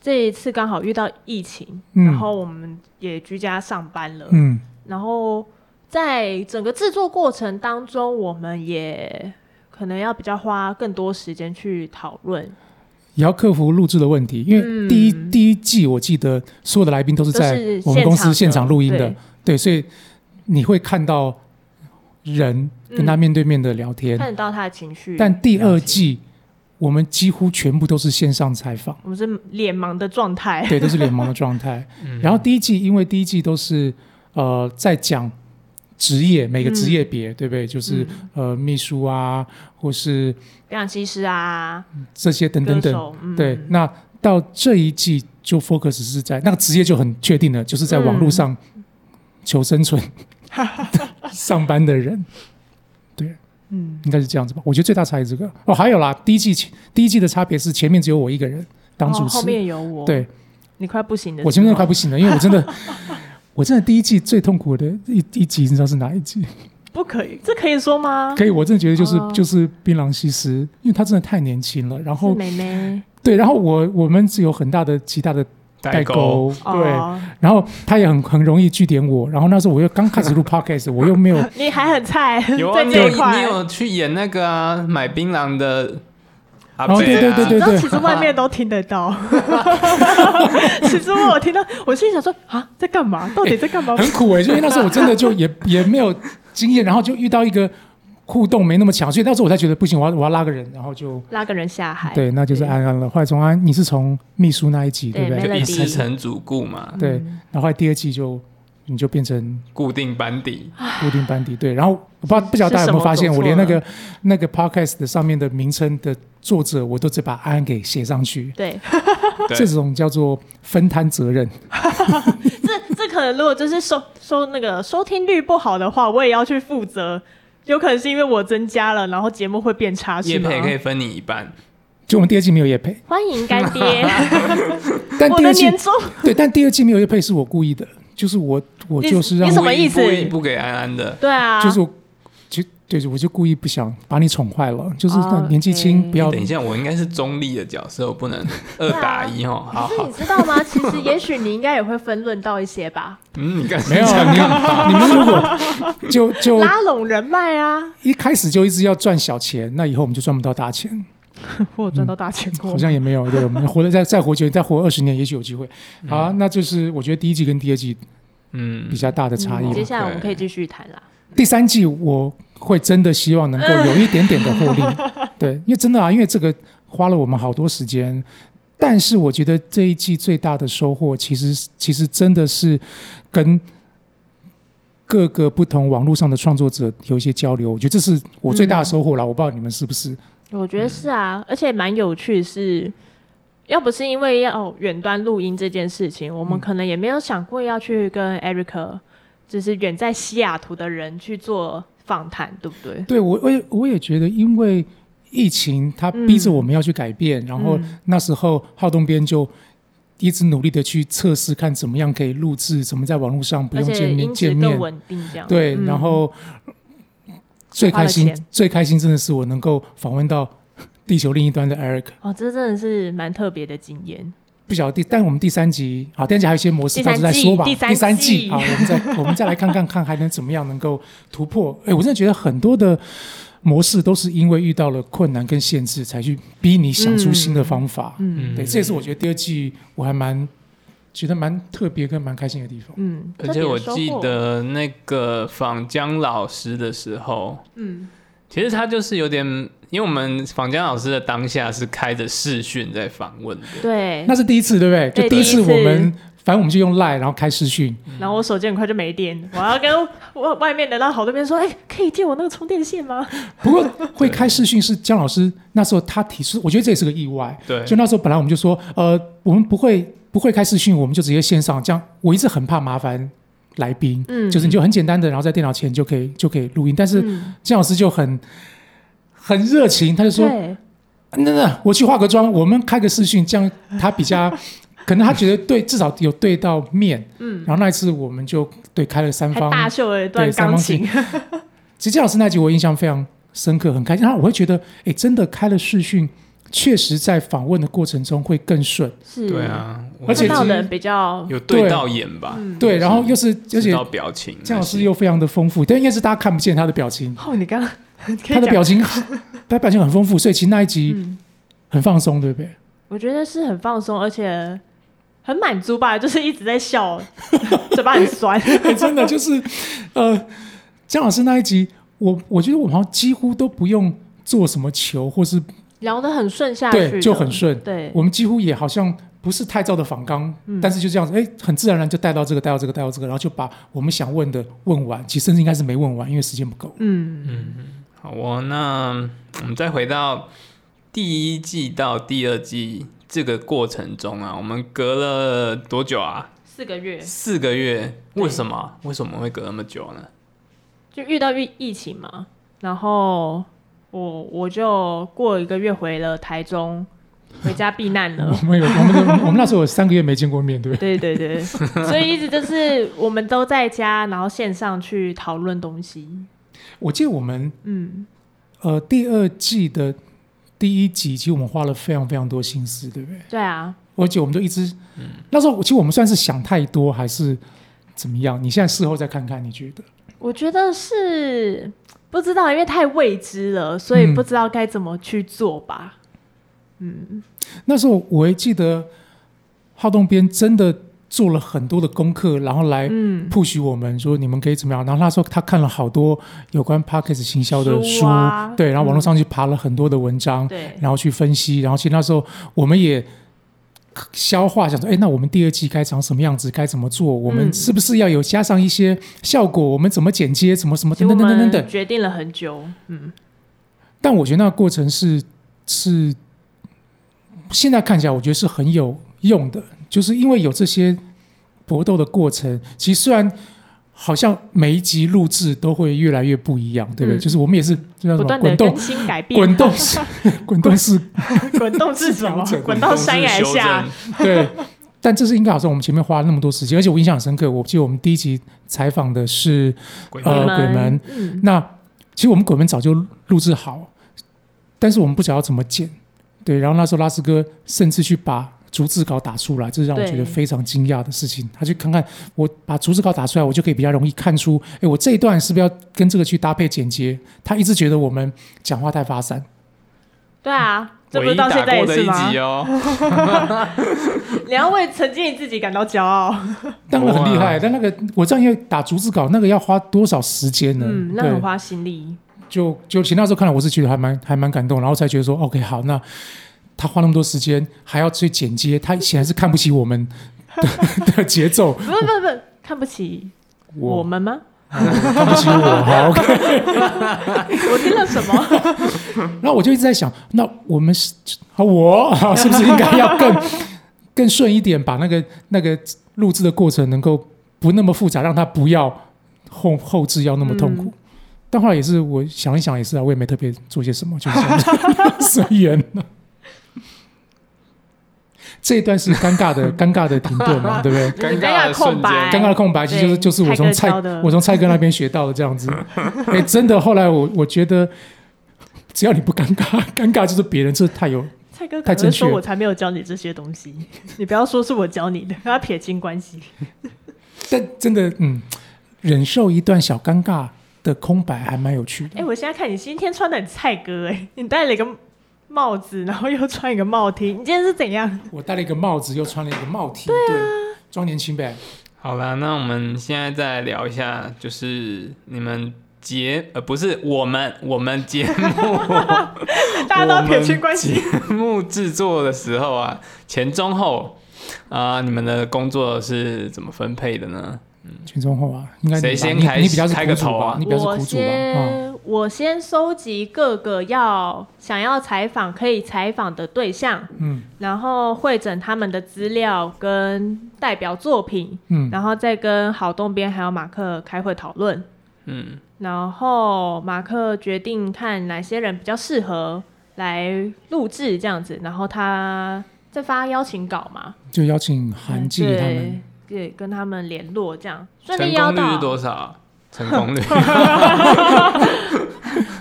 [SPEAKER 2] 这一次刚好遇到疫情，
[SPEAKER 1] 嗯
[SPEAKER 2] 然后我们也居家上班了，
[SPEAKER 1] 嗯
[SPEAKER 2] 然后在整个制作过程当中，我们也可能要比较花更多时间去讨论，
[SPEAKER 1] 也要克服录制的问题，因为
[SPEAKER 2] 嗯
[SPEAKER 1] 第一、第一季我记得所有的来宾都是
[SPEAKER 2] 都
[SPEAKER 1] 在
[SPEAKER 2] 是
[SPEAKER 1] 我们公司现
[SPEAKER 2] 现
[SPEAKER 1] 场
[SPEAKER 2] 场
[SPEAKER 1] 录音的，
[SPEAKER 2] 的
[SPEAKER 1] 对，所以你会看到人跟他面对面的聊天。
[SPEAKER 2] 嗯看得到他的情绪。
[SPEAKER 1] 但第二
[SPEAKER 2] 了解
[SPEAKER 1] 季我们几乎全部都是线上采访，
[SPEAKER 2] 我们是脸盲的状态，
[SPEAKER 1] 对，都是脸盲的状 态。
[SPEAKER 2] 嗯
[SPEAKER 1] 然后第一季因为第一季都是呃在讲职业，每个
[SPEAKER 2] 嗯
[SPEAKER 1] 职业别、对不对？就是、呃秘书啊，或是
[SPEAKER 2] 表演技师啊，
[SPEAKER 1] 这些等等
[SPEAKER 2] 歌
[SPEAKER 1] 等，
[SPEAKER 2] 手，嗯
[SPEAKER 1] 对，那到这一季就 focus 是在那个职业就很确定了，就是在
[SPEAKER 2] 嗯
[SPEAKER 1] 网络上求生 存、上班的人，
[SPEAKER 2] 嗯，
[SPEAKER 1] 应该是这样子吧？我觉得最大差异是这个哦，还有啦，第一季前第一季的差别是前面只有我一个人当主
[SPEAKER 2] 哦
[SPEAKER 1] 持，
[SPEAKER 2] 后面有我，
[SPEAKER 1] 对
[SPEAKER 2] 你快不行的时候，
[SPEAKER 1] 我前面快不行了，因为我真 的我真的第一季最痛苦的一一集，你知道是哪一集？
[SPEAKER 2] 不可以，这可以说吗？
[SPEAKER 1] 可以，我真的觉得就是、
[SPEAKER 2] 哦
[SPEAKER 1] 就是槟榔西施，因为她真的太年轻了，然
[SPEAKER 2] 是
[SPEAKER 1] 后
[SPEAKER 2] 妹妹，
[SPEAKER 1] 对，然后我我们是有很大的极大的代
[SPEAKER 3] 代沟，
[SPEAKER 1] 沟，对。
[SPEAKER 2] 哦，
[SPEAKER 1] 然后他也很很容易据点我，然后那时候我又刚开 始录 podcast，我又没有，
[SPEAKER 2] 你还很菜，
[SPEAKER 3] 有啊，
[SPEAKER 2] 在
[SPEAKER 3] 你
[SPEAKER 2] 这
[SPEAKER 3] 有
[SPEAKER 2] 一块，
[SPEAKER 3] 你有去演那个啊，买槟榔的阿伯、
[SPEAKER 1] 哦
[SPEAKER 3] 啊
[SPEAKER 1] 对对对
[SPEAKER 2] 然后其实外面都听得 到，其实我有听到，我心里想说啊，在干嘛？到底在干嘛？
[SPEAKER 1] 很苦哎、就因为那时候我真的就也也没有经验，然后就遇到一个互动没那么强，所以那时候我才觉得不行，我要我要拉个人，然后就
[SPEAKER 2] 拉个人下海，
[SPEAKER 1] 对，那就是
[SPEAKER 2] 对
[SPEAKER 1] 安安了。后来从安，你是从秘书那一集对
[SPEAKER 2] 对
[SPEAKER 1] 不对？
[SPEAKER 3] 就一次成主顾
[SPEAKER 2] 嗯
[SPEAKER 3] 嘛，
[SPEAKER 1] 对，然后后来第二季就你就变成
[SPEAKER 3] 固定班底。
[SPEAKER 2] 啊
[SPEAKER 1] 固定班底对，然后我不知道不晓得大家有没有发现，
[SPEAKER 2] 是什
[SPEAKER 1] 我
[SPEAKER 2] 么
[SPEAKER 1] 连
[SPEAKER 2] 走错
[SPEAKER 1] 那
[SPEAKER 2] 了
[SPEAKER 1] 个那个 podcast 的上面的名称的作者，我都只把安给写上去，
[SPEAKER 2] 对，
[SPEAKER 3] 对
[SPEAKER 1] 这种叫做分摊责任。
[SPEAKER 2] 这这可能如果就是收收那个收听率不好的话，我也要去负责。有可能是因为我增加了，然后节目会变差，是
[SPEAKER 3] 叶
[SPEAKER 2] 吗
[SPEAKER 3] 配？可以分你一半，
[SPEAKER 1] 就我们第二季没有叶 配，
[SPEAKER 2] 欢迎干爹，
[SPEAKER 1] 但
[SPEAKER 2] 我
[SPEAKER 1] 第
[SPEAKER 2] 的
[SPEAKER 1] 二季
[SPEAKER 2] 年终
[SPEAKER 1] 对，但第二季没有叶配是我故意的，就是我我
[SPEAKER 2] 你
[SPEAKER 1] 就是让
[SPEAKER 2] 你
[SPEAKER 1] 我
[SPEAKER 2] 什么意思
[SPEAKER 3] 故意不给安安的，
[SPEAKER 2] 对啊，
[SPEAKER 1] 就是我就对，我就故意不想把你宠坏了，就是
[SPEAKER 2] 哦
[SPEAKER 1] 那年纪轻
[SPEAKER 2] ，OK
[SPEAKER 1] 不要
[SPEAKER 3] 等一下，我应该是中立的角色，我 不能二打
[SPEAKER 1] 啊
[SPEAKER 3] 一哦。好
[SPEAKER 2] 可是
[SPEAKER 3] 好
[SPEAKER 2] 你，知道吗？其实也许你应该也会分论到一些吧，
[SPEAKER 3] 嗯，你看
[SPEAKER 1] 没有啊你你们如果就就
[SPEAKER 2] 拉拢人脉啊。
[SPEAKER 1] 一开始就一直要赚小钱，那以后我们就赚不到大钱，
[SPEAKER 2] 我有赚到大钱过，
[SPEAKER 1] 好像也没有对，我们活得再再活久，再活二十年也许有机会。好啊，那就是我觉得第一季跟第二季
[SPEAKER 3] 嗯
[SPEAKER 1] 比，较大的差异
[SPEAKER 2] 嗯接
[SPEAKER 1] 了。
[SPEAKER 2] 下来我们可以继续谈啦。
[SPEAKER 1] 第三季我会真的希望能够有一点点的获利，对，因为真的啊，因为这个花了我们好多时间，但是我觉得这一季最大的收获，其实其实真的是跟各个不同网络上的创作者有一些交流，我觉得这是我最大的收获啦。我不知道你们是不是？
[SPEAKER 2] 我
[SPEAKER 1] 嗯
[SPEAKER 2] 觉得是啊，而且蛮有趣是。要不是因为要远端录音这件事情，
[SPEAKER 1] 嗯
[SPEAKER 2] 我们可能也没有想过要去跟 Eric，就是远在西雅图的人去做访谈，对不对？
[SPEAKER 1] 对我，我也我也觉得，因为疫情它逼着我们要去改变，然后
[SPEAKER 2] 嗯
[SPEAKER 1] 那时候浩东边就一直努力的去测试，看怎么样可以录制，怎么在网络上不
[SPEAKER 2] 而
[SPEAKER 1] 用见
[SPEAKER 2] 且
[SPEAKER 1] 面
[SPEAKER 2] 音质
[SPEAKER 1] 见
[SPEAKER 2] 更
[SPEAKER 1] 面，
[SPEAKER 2] 稳定，这样
[SPEAKER 1] 对，
[SPEAKER 2] 嗯
[SPEAKER 1] 然后最开
[SPEAKER 2] 花
[SPEAKER 1] 心
[SPEAKER 2] 了钱
[SPEAKER 1] 最开心真的是我能够访问到地球另一端的 Eric。
[SPEAKER 2] 哦，这真的是蛮特别的经验。
[SPEAKER 1] 不晓得第，但我们第三集好，第三集还有一些模式，
[SPEAKER 2] 第
[SPEAKER 1] 到
[SPEAKER 2] 三
[SPEAKER 1] 时
[SPEAKER 2] 季
[SPEAKER 1] 候再说吧。
[SPEAKER 2] 第三季
[SPEAKER 1] 季好，我们再 我们再来看看看还能怎么样能够突破。哎，我真的觉得很多的模式都是因为遇到了困难跟限制，才去逼你想出新的方法。
[SPEAKER 2] 嗯
[SPEAKER 3] 嗯
[SPEAKER 1] 对，这也是我觉得第二季我还蛮觉得蛮特别跟蛮开心的地方。
[SPEAKER 2] 嗯，
[SPEAKER 3] 而且我
[SPEAKER 2] 特别的收
[SPEAKER 3] 记
[SPEAKER 2] 获，
[SPEAKER 3] 得那个访姜老师的时候，
[SPEAKER 2] 嗯，
[SPEAKER 3] 其实他就是有点，因为我们访江老师的当下是开着视讯在访问的，
[SPEAKER 2] 对
[SPEAKER 1] 那，是第一次，对不对？
[SPEAKER 2] 对
[SPEAKER 1] 就第一次
[SPEAKER 2] 第一次
[SPEAKER 1] 我们，反正我们就用 Line，然后开视讯，
[SPEAKER 2] 然后我手机很快就没电，我要跟外外面的那好多边说，哎、可以借我那个充电线吗？
[SPEAKER 1] 不过会开视讯是姜老师那时候他提出，我觉得这也是个意外。
[SPEAKER 3] 对，
[SPEAKER 1] 就那时候本来我们就说，呃，我们不会不会开视讯，我们就直接线上。这样我一直很怕麻烦来宾，
[SPEAKER 2] 嗯
[SPEAKER 1] 就是你就很简单的，然后在电脑前就可以就可以录音。但是
[SPEAKER 2] 嗯，
[SPEAKER 1] 姜老师就很很热情，他就说，
[SPEAKER 2] 对，
[SPEAKER 1] 那那我去化个妆，我们开个视讯，这样他比较 可能他觉得对，至少有对到面。
[SPEAKER 2] 嗯，
[SPEAKER 1] 然后那一次我们就对开了三
[SPEAKER 2] 还
[SPEAKER 1] 方
[SPEAKER 2] 大秀了一段
[SPEAKER 1] 对三
[SPEAKER 2] 钢
[SPEAKER 1] 方
[SPEAKER 2] 琴，
[SPEAKER 1] 其实姜老师那集我印象非常深刻，很开心。然后我会觉得，哎，真的开了视讯，确实在访问的过程中会更顺。
[SPEAKER 2] 是，
[SPEAKER 3] 对，啊，我
[SPEAKER 1] 而且
[SPEAKER 2] 看
[SPEAKER 1] 其
[SPEAKER 2] 到
[SPEAKER 1] 实
[SPEAKER 2] 的人比较，
[SPEAKER 3] 有对到眼吧，
[SPEAKER 2] 嗯，
[SPEAKER 1] 对，然后又是而
[SPEAKER 3] 知
[SPEAKER 1] 且
[SPEAKER 3] 道表情，
[SPEAKER 1] 姜老师又非常的丰富，但应该是大家看不见他的表情，
[SPEAKER 2] 哦，你刚 刚可
[SPEAKER 1] 他的
[SPEAKER 2] 以讲，
[SPEAKER 1] 表情 他表情很丰富，所以其实那一集
[SPEAKER 2] 嗯，
[SPEAKER 1] 很放松，对不 对？
[SPEAKER 2] 我觉得是很放松，而且很满足吧， 就是一直在笑， 嘴巴很酸，
[SPEAKER 1] 哎真的就是，呃，姜老师那一集，我我觉得我们好像几乎都不用做什么球，或是
[SPEAKER 2] 聊得很顺下去
[SPEAKER 1] 对
[SPEAKER 2] 的，
[SPEAKER 1] 就很顺，
[SPEAKER 2] 对，
[SPEAKER 1] 我们几乎也好像不是太照的仿纲，
[SPEAKER 2] 嗯
[SPEAKER 1] 但是就这样子，哎，很自然而然就带到这个，带到这个，带到这个，然后就把我们想问的问完，其实甚至应该是没问完，因为时间不 够。
[SPEAKER 2] 嗯，
[SPEAKER 3] 好哦，那我们再回到第一季到第二季这个过程中啊，我们隔了多久啊？
[SPEAKER 2] 四个月
[SPEAKER 3] 四个月？
[SPEAKER 2] 对
[SPEAKER 3] 为什么？为什么会隔那么久呢？
[SPEAKER 2] 就遇到疫疫情嘛，然后我我就过一个月回了台中，回家避难 了。
[SPEAKER 1] 我们有我们的我们那时候有三个月没见过面，对不对？
[SPEAKER 2] 对对对，所以一直就是我们都在家，然后线上去讨论东西。
[SPEAKER 1] 我记得我们
[SPEAKER 2] 嗯，
[SPEAKER 1] 呃第二季的第一集，其实我们花了非常非常多心思，对不对？
[SPEAKER 2] 对啊，
[SPEAKER 1] 而且我们都一直，那时候其实我们算是想太多还是怎么样？你现在事后再看看，你觉得？
[SPEAKER 2] 我觉得是不知道，因为太未知了，所以
[SPEAKER 1] 嗯
[SPEAKER 2] 不知道该怎么去做吧。嗯，
[SPEAKER 1] 那时候我还记得好动编真的做了很多的功课，然后来
[SPEAKER 2] 嗯，
[SPEAKER 1] push 我们说你们可以怎么样。然后那时候他看了好多有关 p a c k a g e 行销的书，
[SPEAKER 2] 书啊
[SPEAKER 1] 对，然后网络上去爬了很多的文章，
[SPEAKER 2] 对，
[SPEAKER 1] 然后去分析。然后其实那时候我们也消化，想说，哎，那我们第二季该长什么样子，该怎么做？我
[SPEAKER 2] 嗯
[SPEAKER 1] 们是不是要有加上一些效果？我们怎么剪接？怎么什么
[SPEAKER 2] 其实
[SPEAKER 1] 等
[SPEAKER 2] 我
[SPEAKER 1] 等等等等等
[SPEAKER 2] 们。决定了很久。嗯，
[SPEAKER 1] 但我觉得那个过程是是现在看起来，我觉得是很有用的，就是因为有这些搏斗的过程。其实虽然好像每一集录制都会越来越不一样，对不对？
[SPEAKER 2] 嗯
[SPEAKER 1] 就是我们也是就叫什
[SPEAKER 2] 不
[SPEAKER 1] 么
[SPEAKER 2] 断的
[SPEAKER 1] 滚
[SPEAKER 2] 更
[SPEAKER 1] 动。
[SPEAKER 2] 新改变，
[SPEAKER 1] 滚动式，滚动式，
[SPEAKER 2] 滚动是 什么
[SPEAKER 1] 是？啊
[SPEAKER 2] 滚到山崖
[SPEAKER 3] 啊
[SPEAKER 2] 下。，
[SPEAKER 1] 对。但这是应该好像我们前面花了那么多时间，而且我印象很深刻。我记得我们第一集采访的是
[SPEAKER 3] 鬼
[SPEAKER 1] 呃
[SPEAKER 3] 门
[SPEAKER 1] 鬼门，
[SPEAKER 2] 嗯，
[SPEAKER 1] 那其实我们鬼门早就录制好，但是我们不知道怎么剪。对，然后那时候拉斯哥甚至去把逐字稿打出来，这是让我
[SPEAKER 2] 对
[SPEAKER 1] 觉得非常惊讶的事情。他去看看我把逐字稿打出来，我就可以比较容易看出，哎，我这一段是不是要跟这个去搭配剪接？他一直觉得我们讲话太发散，
[SPEAKER 2] 对啊，这不
[SPEAKER 3] 唯
[SPEAKER 2] 是
[SPEAKER 3] 一
[SPEAKER 2] 到
[SPEAKER 3] 打
[SPEAKER 2] 现在
[SPEAKER 3] 过
[SPEAKER 2] 也
[SPEAKER 3] 的
[SPEAKER 2] 是
[SPEAKER 3] 一
[SPEAKER 2] 吗
[SPEAKER 3] 集？哦。
[SPEAKER 2] 你要为曾经的自己感到骄傲。
[SPEAKER 1] 当然很厉害。
[SPEAKER 3] 哇
[SPEAKER 1] 但那个我这样要打逐字稿，那个要花多少时间呢？
[SPEAKER 2] 嗯，那
[SPEAKER 1] 对
[SPEAKER 2] 很花心力。
[SPEAKER 1] 就就其实那时候看了，我是觉得还蛮还蛮感动，然后才觉得说，OK，好，那他花那么多时间还要去剪接，他显然是看不起我们的 的节奏，
[SPEAKER 2] 不不不，看不起我们吗？
[SPEAKER 1] 看不起我，好 OK。
[SPEAKER 2] 我听了什么？
[SPEAKER 1] 然后我就一直在想，那我们是好我是不是应该要更更顺一点，把那个那个录制的过程能够不那么复杂，让他不要后后置要那么痛苦。但后来也是我想一想，也是啊，我也没特别做些什么，就是 这样子随缘了。 这一段是尴尬的尴尬的停顿嘛，对不对？
[SPEAKER 3] 尴
[SPEAKER 2] 你
[SPEAKER 3] 尬
[SPEAKER 2] 在
[SPEAKER 3] 的瞬
[SPEAKER 2] 空白，
[SPEAKER 1] 尴尬的空白其实就是就是
[SPEAKER 2] 对
[SPEAKER 1] 我从
[SPEAKER 2] 蔡
[SPEAKER 1] 蔡
[SPEAKER 2] 哥教的
[SPEAKER 1] 我从蔡哥那边学到的这 样子。哎，真的，后来我我觉得，只要你不尴尬， 尴尬就是别人，这太有
[SPEAKER 2] 蔡哥可
[SPEAKER 1] 太
[SPEAKER 2] 能
[SPEAKER 1] 正
[SPEAKER 2] 会
[SPEAKER 1] 确
[SPEAKER 2] 说我才没有教你这些 东西，你不要说是我教你的，要撇清关系。
[SPEAKER 1] 但真的，嗯，忍受一段小尴尬的空白还蛮有趣的。
[SPEAKER 2] 哎、我现在看你今天穿的很蔡哥、哎，你戴了一个帽子，然后又穿一个帽 T，你今天是怎 样？
[SPEAKER 1] 我戴了一个帽子，又穿了一个帽 T，对,、
[SPEAKER 2] 啊
[SPEAKER 1] 装年轻呗。
[SPEAKER 3] 好啦，那我们现在再聊一下，就是你们节呃不是我们我们节 目
[SPEAKER 2] 大家都要撇清关系。
[SPEAKER 3] 节目制作的时候啊，前中后啊、你们的工作是怎么分配的呢？
[SPEAKER 1] 群众后啊，应该你吧
[SPEAKER 3] 谁先
[SPEAKER 1] 你
[SPEAKER 3] 开
[SPEAKER 1] 你比较是
[SPEAKER 3] 开个
[SPEAKER 1] 苦主
[SPEAKER 3] 头
[SPEAKER 1] 吧
[SPEAKER 3] 啊，
[SPEAKER 1] 你比较是
[SPEAKER 2] 我
[SPEAKER 1] 苦主吧，啊，
[SPEAKER 2] 先我先收集各个要想要采访可以采访的对象，
[SPEAKER 1] 嗯
[SPEAKER 2] 然后会诊他们的资料跟代表作品，
[SPEAKER 1] 嗯
[SPEAKER 2] 然后再跟郝东边还有马克开会讨论。
[SPEAKER 3] 嗯，
[SPEAKER 2] 然后马克决定看哪些人比较适合来录制这样子，然后他再发邀请稿嘛，
[SPEAKER 1] 就邀请韩季他们
[SPEAKER 2] 对，对，跟他们联络这样顺
[SPEAKER 3] 成
[SPEAKER 2] 利邀
[SPEAKER 3] 功率是
[SPEAKER 2] 到，
[SPEAKER 3] 多少啊？成 功率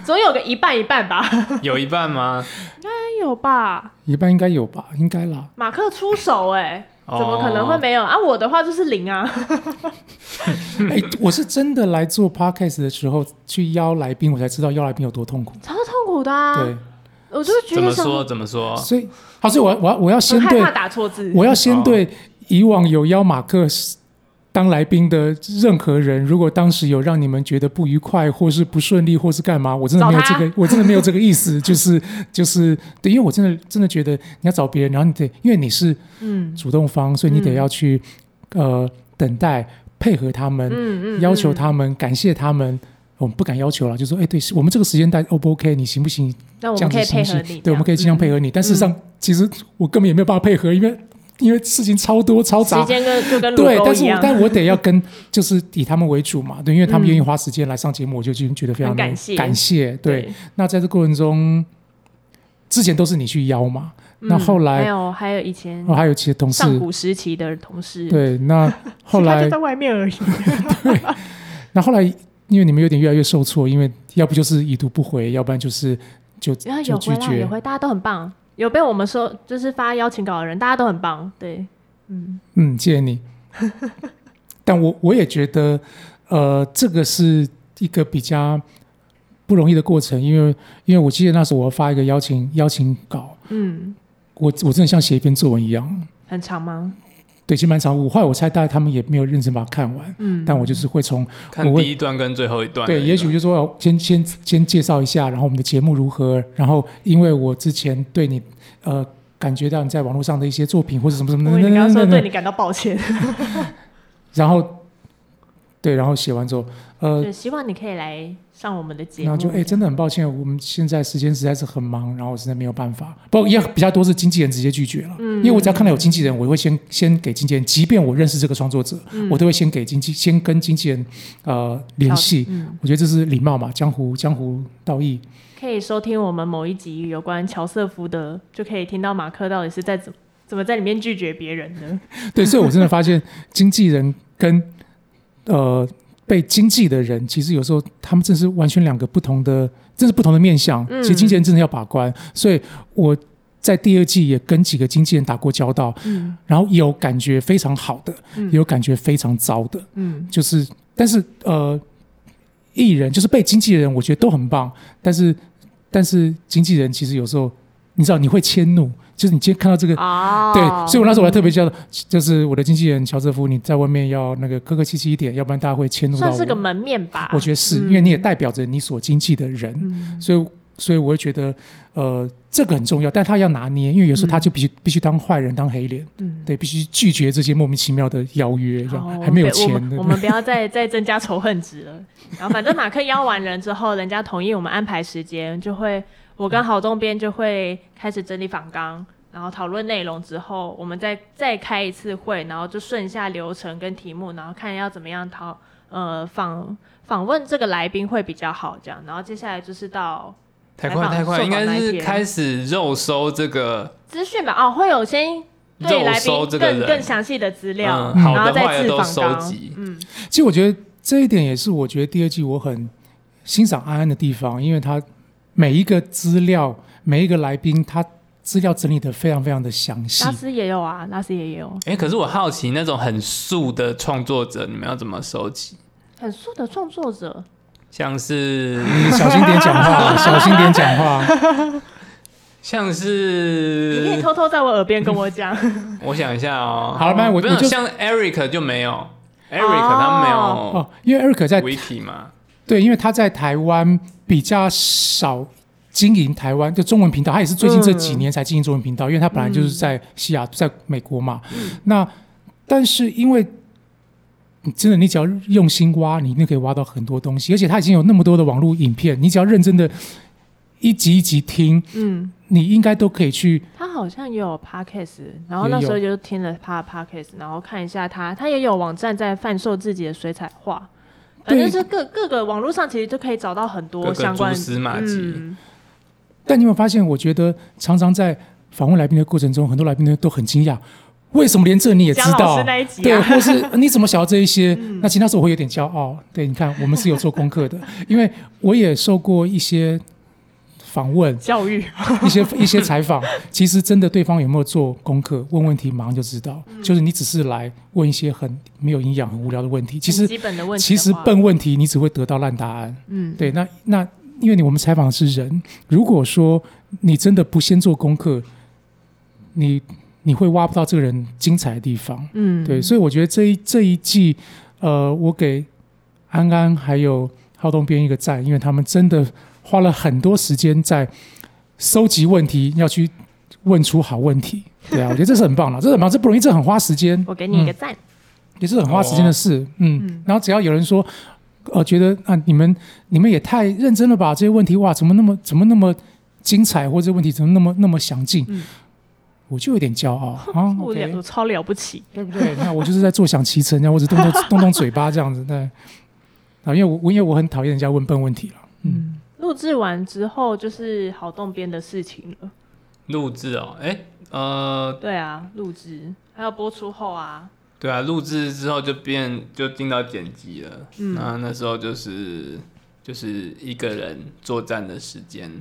[SPEAKER 2] 总有个一半一半吧，
[SPEAKER 3] 有一半吗？
[SPEAKER 2] 应该有吧？
[SPEAKER 1] 一般应该有吧，应该啦。
[SPEAKER 2] 马克出手哎、
[SPEAKER 3] 哦
[SPEAKER 2] 怎么可能会没有、啊？我的话就是零啊，
[SPEAKER 1] 哎、我是真的来做 podcast 的时候去邀来宾，我才知道邀来宾有多痛苦。
[SPEAKER 2] 超痛苦的啊！
[SPEAKER 1] 对，
[SPEAKER 2] 我就觉得
[SPEAKER 3] 怎么
[SPEAKER 2] 想
[SPEAKER 3] 说？怎么说？
[SPEAKER 1] 所以好，所以我要我要我要
[SPEAKER 2] 很
[SPEAKER 1] 先
[SPEAKER 2] 害
[SPEAKER 1] 对
[SPEAKER 2] 怕打错字，
[SPEAKER 1] 我要先
[SPEAKER 2] 哦
[SPEAKER 1] 对以往有邀马克当来宾的任何人，如果当时有让你们觉得不愉快，或是不顺利，或是干嘛，我真的没有这
[SPEAKER 2] 找
[SPEAKER 1] 个，我真的没有这个意 思，就是就是对，因为我真的真的觉得你要找别人，然后你得因为你是
[SPEAKER 2] 嗯
[SPEAKER 1] 主动方，所以你得
[SPEAKER 2] 嗯
[SPEAKER 1] 要去、呃等待配合他们，
[SPEAKER 2] 嗯嗯，
[SPEAKER 1] 要求
[SPEAKER 2] 嗯
[SPEAKER 1] 他们，感谢他们。我们不敢要求了，就说哎，对我们这个时间段 O 不 OK？你行不行？
[SPEAKER 2] 那哦我
[SPEAKER 1] 这
[SPEAKER 2] 们
[SPEAKER 1] 样
[SPEAKER 2] 可
[SPEAKER 1] 子
[SPEAKER 2] 以
[SPEAKER 1] 行
[SPEAKER 2] 配
[SPEAKER 1] 不
[SPEAKER 2] 合
[SPEAKER 1] 行
[SPEAKER 2] 你，？嗯
[SPEAKER 1] 对，我们可以尽量配
[SPEAKER 2] 合。
[SPEAKER 1] 合你。但事实上，其实我根本也没有办法配合，因为因为事情超多超
[SPEAKER 2] 时
[SPEAKER 1] 杂。
[SPEAKER 2] 间跟就跟
[SPEAKER 1] 对
[SPEAKER 2] 乳，沟
[SPEAKER 1] 但是
[SPEAKER 2] 一
[SPEAKER 1] 我
[SPEAKER 2] 样
[SPEAKER 1] 但我得要跟，就是以他们为主嘛，对，因为他们
[SPEAKER 2] 嗯
[SPEAKER 1] 愿意花时间来上节目，我就已经觉得非常
[SPEAKER 2] 很感谢
[SPEAKER 1] 感谢。对，，那在这过程中，之前都是你去邀嘛，那
[SPEAKER 2] 嗯
[SPEAKER 1] 后来
[SPEAKER 2] 还有还有以前
[SPEAKER 1] 然后还有其他同事，
[SPEAKER 2] 上古时期的同事，，
[SPEAKER 1] 对，那 后来
[SPEAKER 2] 就在外面而已。
[SPEAKER 1] 那后来，因为你们有点越来越受挫，因为要不就是已读不回，要不然就是就
[SPEAKER 2] 然后
[SPEAKER 1] 就
[SPEAKER 2] 有
[SPEAKER 1] 拒
[SPEAKER 2] 回来有
[SPEAKER 1] 绝。
[SPEAKER 2] 回，大家都很棒，有被我们说就是发邀请稿的人，大家都很棒，对，嗯，
[SPEAKER 1] 嗯，谢谢你。 但我我也觉得，呃，这个是一个比较不容易的过程，因为因为我记得那时候我发一个邀请邀请稿，
[SPEAKER 2] 嗯，
[SPEAKER 1] 我我真的像写一篇作文一样，
[SPEAKER 2] 很长吗？
[SPEAKER 1] 对，其实蛮长。我后来我猜大概他们也没有认真把它看完，
[SPEAKER 2] 嗯，
[SPEAKER 1] 但我就是会从
[SPEAKER 3] 看
[SPEAKER 1] 我会
[SPEAKER 3] 第一段跟最后一段而已
[SPEAKER 1] 对，
[SPEAKER 3] 吧。
[SPEAKER 1] 也许就说哦先先先介绍一下，然后我们的节目如何，然后因为我之前对你呃感觉到你在网络上的一些作品或者什么什么
[SPEAKER 2] 我
[SPEAKER 1] 等
[SPEAKER 2] 以为
[SPEAKER 1] 等
[SPEAKER 2] 哦你刚刚
[SPEAKER 1] 等
[SPEAKER 2] 说
[SPEAKER 1] 等
[SPEAKER 2] 对
[SPEAKER 1] 等，
[SPEAKER 2] 你感到 抱歉，
[SPEAKER 1] 然后对，然后写完之后，呃，
[SPEAKER 2] 对，希望你可以来上我们的节
[SPEAKER 1] 然
[SPEAKER 2] 目，
[SPEAKER 1] 后就哎、真的很抱歉，我们现在时间实在是很忙，然后我真的没有办法。不过也比较多是经纪人直接拒绝了，
[SPEAKER 2] 嗯
[SPEAKER 1] 因为我只要看到有经纪人，我会先先给经纪人，即便我认识这个创作者，
[SPEAKER 2] 嗯
[SPEAKER 1] 我都会先给经纪先跟经纪人呃联系。
[SPEAKER 2] 嗯，
[SPEAKER 1] 我觉得这是礼貌嘛，江湖江湖道义。
[SPEAKER 2] 可以收听我们某一集有关乔瑟夫的，就可以听到马克到底是在怎怎么在里面拒绝别人的，
[SPEAKER 1] 对，所以我真的发现经纪人跟呃被经纪的人，其实有时候他们真是完全两个不同的，真是不同的面相。
[SPEAKER 2] 嗯
[SPEAKER 1] 所以经纪人真的要把关。所以我在第二季也跟几个经纪人打过交道，
[SPEAKER 2] 嗯
[SPEAKER 1] 然后有感觉非常好的，
[SPEAKER 2] 嗯
[SPEAKER 1] 也有感觉非常糟的，
[SPEAKER 2] 嗯
[SPEAKER 1] 就是但是呃，艺人就是被经纪人，我觉得都很棒，但是但是经纪人其实有时候你知道你会迁怒，就是你今天看到这个
[SPEAKER 2] 哦，
[SPEAKER 1] 对，所以我那时候我还特别叫，就是我的经纪人乔瑟夫，你在外面要那个客客气气一点，要不然大家会迁怒到
[SPEAKER 2] 算是个
[SPEAKER 1] 我。
[SPEAKER 2] 门面吧，
[SPEAKER 1] 我觉得是，
[SPEAKER 2] 嗯
[SPEAKER 1] 因为你也代表着你所经纪的人，
[SPEAKER 2] 嗯
[SPEAKER 1] 所以所以我会觉得，呃，这个很重要，但他要拿捏，因为有时候他就必须必须当坏人，当黑脸，
[SPEAKER 2] 嗯。
[SPEAKER 1] 对，必须拒绝这些莫名其妙的邀约，这
[SPEAKER 2] 好，
[SPEAKER 1] 样
[SPEAKER 2] 我
[SPEAKER 1] 还没有
[SPEAKER 2] 们不
[SPEAKER 1] 钱
[SPEAKER 2] 哦我们
[SPEAKER 1] 的
[SPEAKER 2] 我。们不要再再增加仇恨值了。然后反正马克邀完人之后，人家同意我们安排时间，就会我跟郝东边就会开始整理访纲，然后讨论内容之后，我们再再开一次会，然后就顺一下流程跟题目，然后看要怎么样讨呃访访问这个来宾会比较好这样。然后接下来就是到
[SPEAKER 3] 太
[SPEAKER 2] 采
[SPEAKER 3] 快
[SPEAKER 2] 访
[SPEAKER 3] 太快，
[SPEAKER 2] 受
[SPEAKER 3] 应
[SPEAKER 2] 访那
[SPEAKER 3] 该
[SPEAKER 2] 一
[SPEAKER 3] 是
[SPEAKER 2] 天
[SPEAKER 3] 开始肉收这个
[SPEAKER 2] 资讯吧，哦，会有先对
[SPEAKER 3] 肉
[SPEAKER 2] 来宾
[SPEAKER 3] 收这个
[SPEAKER 2] 更更
[SPEAKER 3] 人，
[SPEAKER 2] 详细的资料，
[SPEAKER 3] 嗯好
[SPEAKER 2] 然后
[SPEAKER 3] 的
[SPEAKER 2] 再
[SPEAKER 3] 坏的
[SPEAKER 2] 制
[SPEAKER 3] 都
[SPEAKER 2] 访
[SPEAKER 3] 收
[SPEAKER 2] 纲
[SPEAKER 3] 集，
[SPEAKER 2] 嗯
[SPEAKER 1] 其实我觉得这一点也是我觉得第二季我很欣赏安安的地方，因为他每一个资料，每一个来宾，他资料整理的非常非常的详细
[SPEAKER 2] 拉。斯也有啊，拉斯也有。
[SPEAKER 3] 哎、可是我好奇那种很素的创作者，你们要怎么收集？
[SPEAKER 2] 很素的创作者，
[SPEAKER 3] 像是
[SPEAKER 1] 你小心点讲话，小心点讲话。
[SPEAKER 3] 像
[SPEAKER 2] 你可以
[SPEAKER 3] 是，
[SPEAKER 2] 偷偷在我耳边跟我讲。
[SPEAKER 3] 我想一下哦。
[SPEAKER 1] 好了，吧，我我
[SPEAKER 3] 没有
[SPEAKER 1] 就
[SPEAKER 3] 像 Eric 就没有，Eric 他没有
[SPEAKER 1] 哦，因为 Eric 在
[SPEAKER 3] Wiki 嘛，
[SPEAKER 1] 对，因为他在台湾比较少经营台湾，就中文频道，他也是最近这几年才经营中文频道，因为他本来就是在西雅，在美国嘛。那但是因为你真的，你只要用心挖，你一定可以挖到很多东西，而且他已经有那么多的网络影片，你只要认真的一集一集听，
[SPEAKER 2] 嗯，
[SPEAKER 1] 你应该都可以去
[SPEAKER 2] 他好像也有 podcast，然后
[SPEAKER 1] 也
[SPEAKER 2] 那时候
[SPEAKER 1] 有
[SPEAKER 2] 就听了他的 podcast，然后看一下他，他也有网站在贩售自己的水彩画，反
[SPEAKER 1] 对
[SPEAKER 2] 正是各各个网络上其实就可以找到很
[SPEAKER 3] 各
[SPEAKER 2] 多
[SPEAKER 3] 个
[SPEAKER 2] 相关
[SPEAKER 3] 蛛丝马迹
[SPEAKER 2] 嗯
[SPEAKER 1] 但你有没有发现？我觉得常常在访问来宾的过程中，很多来宾呢都很惊讶，为什么连这你也知
[SPEAKER 2] 姜老
[SPEAKER 1] 道
[SPEAKER 2] 师？那一集、啊，，
[SPEAKER 1] 对，或是呃你怎么想到这一些？那其实那时候我会有点骄傲。对，你看，我们是有做功课的， 因为我也受过一些访问
[SPEAKER 2] 教育，
[SPEAKER 1] 一些一些采访。其实真的，对方有没有做功课？问问题马上就知道，
[SPEAKER 2] 嗯
[SPEAKER 1] 就是你只是来问一些很没有营养、很无聊的问题。其
[SPEAKER 2] 很
[SPEAKER 1] 实
[SPEAKER 2] 基本的问题，
[SPEAKER 1] 其实，笨问题，你只会得到烂答案。
[SPEAKER 2] 嗯，
[SPEAKER 1] 对，那那因为你我们采访的是人，如果说你真的不先做功课，你你会挖不到这个人精彩的地方。
[SPEAKER 2] 嗯，
[SPEAKER 1] 对，所以我觉得这一这一季，呃，我给安安还有浩东编一个赞，因为他们真的花了很多时间在收集问题，要去问出好问题。对啊，我觉得这是很棒的，这是很棒，这不容易，这很花时间。
[SPEAKER 2] 我给你一个赞，
[SPEAKER 1] 也是很花时间的事，嗯。
[SPEAKER 2] 嗯
[SPEAKER 1] 然后只要有人说，呃，觉得啊，你们你们也太认真了吧？这些问题哇，怎么那么怎么那么精彩，或者问题怎么那么那么详尽？
[SPEAKER 2] 嗯
[SPEAKER 1] 我就有点骄 傲啊
[SPEAKER 2] 我了
[SPEAKER 1] ，OK，
[SPEAKER 2] 我超了不起，
[SPEAKER 1] 对不对？那我就是在坐享其成，然后我只动动 动动嘴巴这样子，对。啊，因为我我因为我很讨厌人家问笨问题了，嗯，
[SPEAKER 2] 录制完之后就是好动编的事情了，
[SPEAKER 3] 录制哦，哎、呃，
[SPEAKER 2] 对啊，录制还有播出后啊，
[SPEAKER 3] 对啊，录制之后就变就进到剪辑了。
[SPEAKER 2] 嗯
[SPEAKER 3] 那那时候就是就是一个人作战的时间，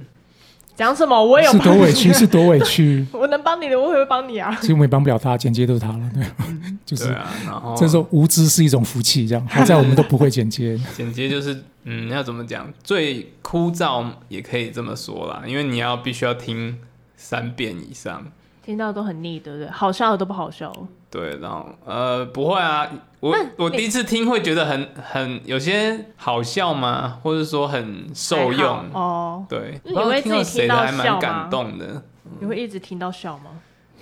[SPEAKER 2] 讲什么我有
[SPEAKER 1] 是
[SPEAKER 2] 帮
[SPEAKER 1] 多委
[SPEAKER 2] 你。
[SPEAKER 1] 屈，是多委屈
[SPEAKER 2] 我能帮你的，我也会帮你啊。
[SPEAKER 1] 其实我们也帮不了他，剪接都是他了，对，
[SPEAKER 2] 嗯
[SPEAKER 1] 就是、
[SPEAKER 3] 对啊，然后
[SPEAKER 1] 这时候无知是一种福气，这样好在我们都不会剪接，
[SPEAKER 3] 剪接就是嗯，要怎么讲，最枯燥也可以这么说啦，因为你要必须要听三遍以上。
[SPEAKER 2] 听到都很腻，对不对？好笑的都不好笑。
[SPEAKER 3] 对，然后呃，不会啊，我
[SPEAKER 2] 那
[SPEAKER 3] 我
[SPEAKER 2] 你
[SPEAKER 3] 第一次听会觉得很很有些好笑吗？或者说很受
[SPEAKER 2] 还
[SPEAKER 3] 用？
[SPEAKER 2] 好哦，
[SPEAKER 3] 对，
[SPEAKER 2] 那你
[SPEAKER 3] 然后
[SPEAKER 2] 会
[SPEAKER 3] 听
[SPEAKER 2] 自己听
[SPEAKER 3] 到谁的
[SPEAKER 2] 到
[SPEAKER 3] 还蛮
[SPEAKER 2] 笑
[SPEAKER 3] 感
[SPEAKER 2] 吗
[SPEAKER 3] 动的。
[SPEAKER 2] 你会一直听到笑吗？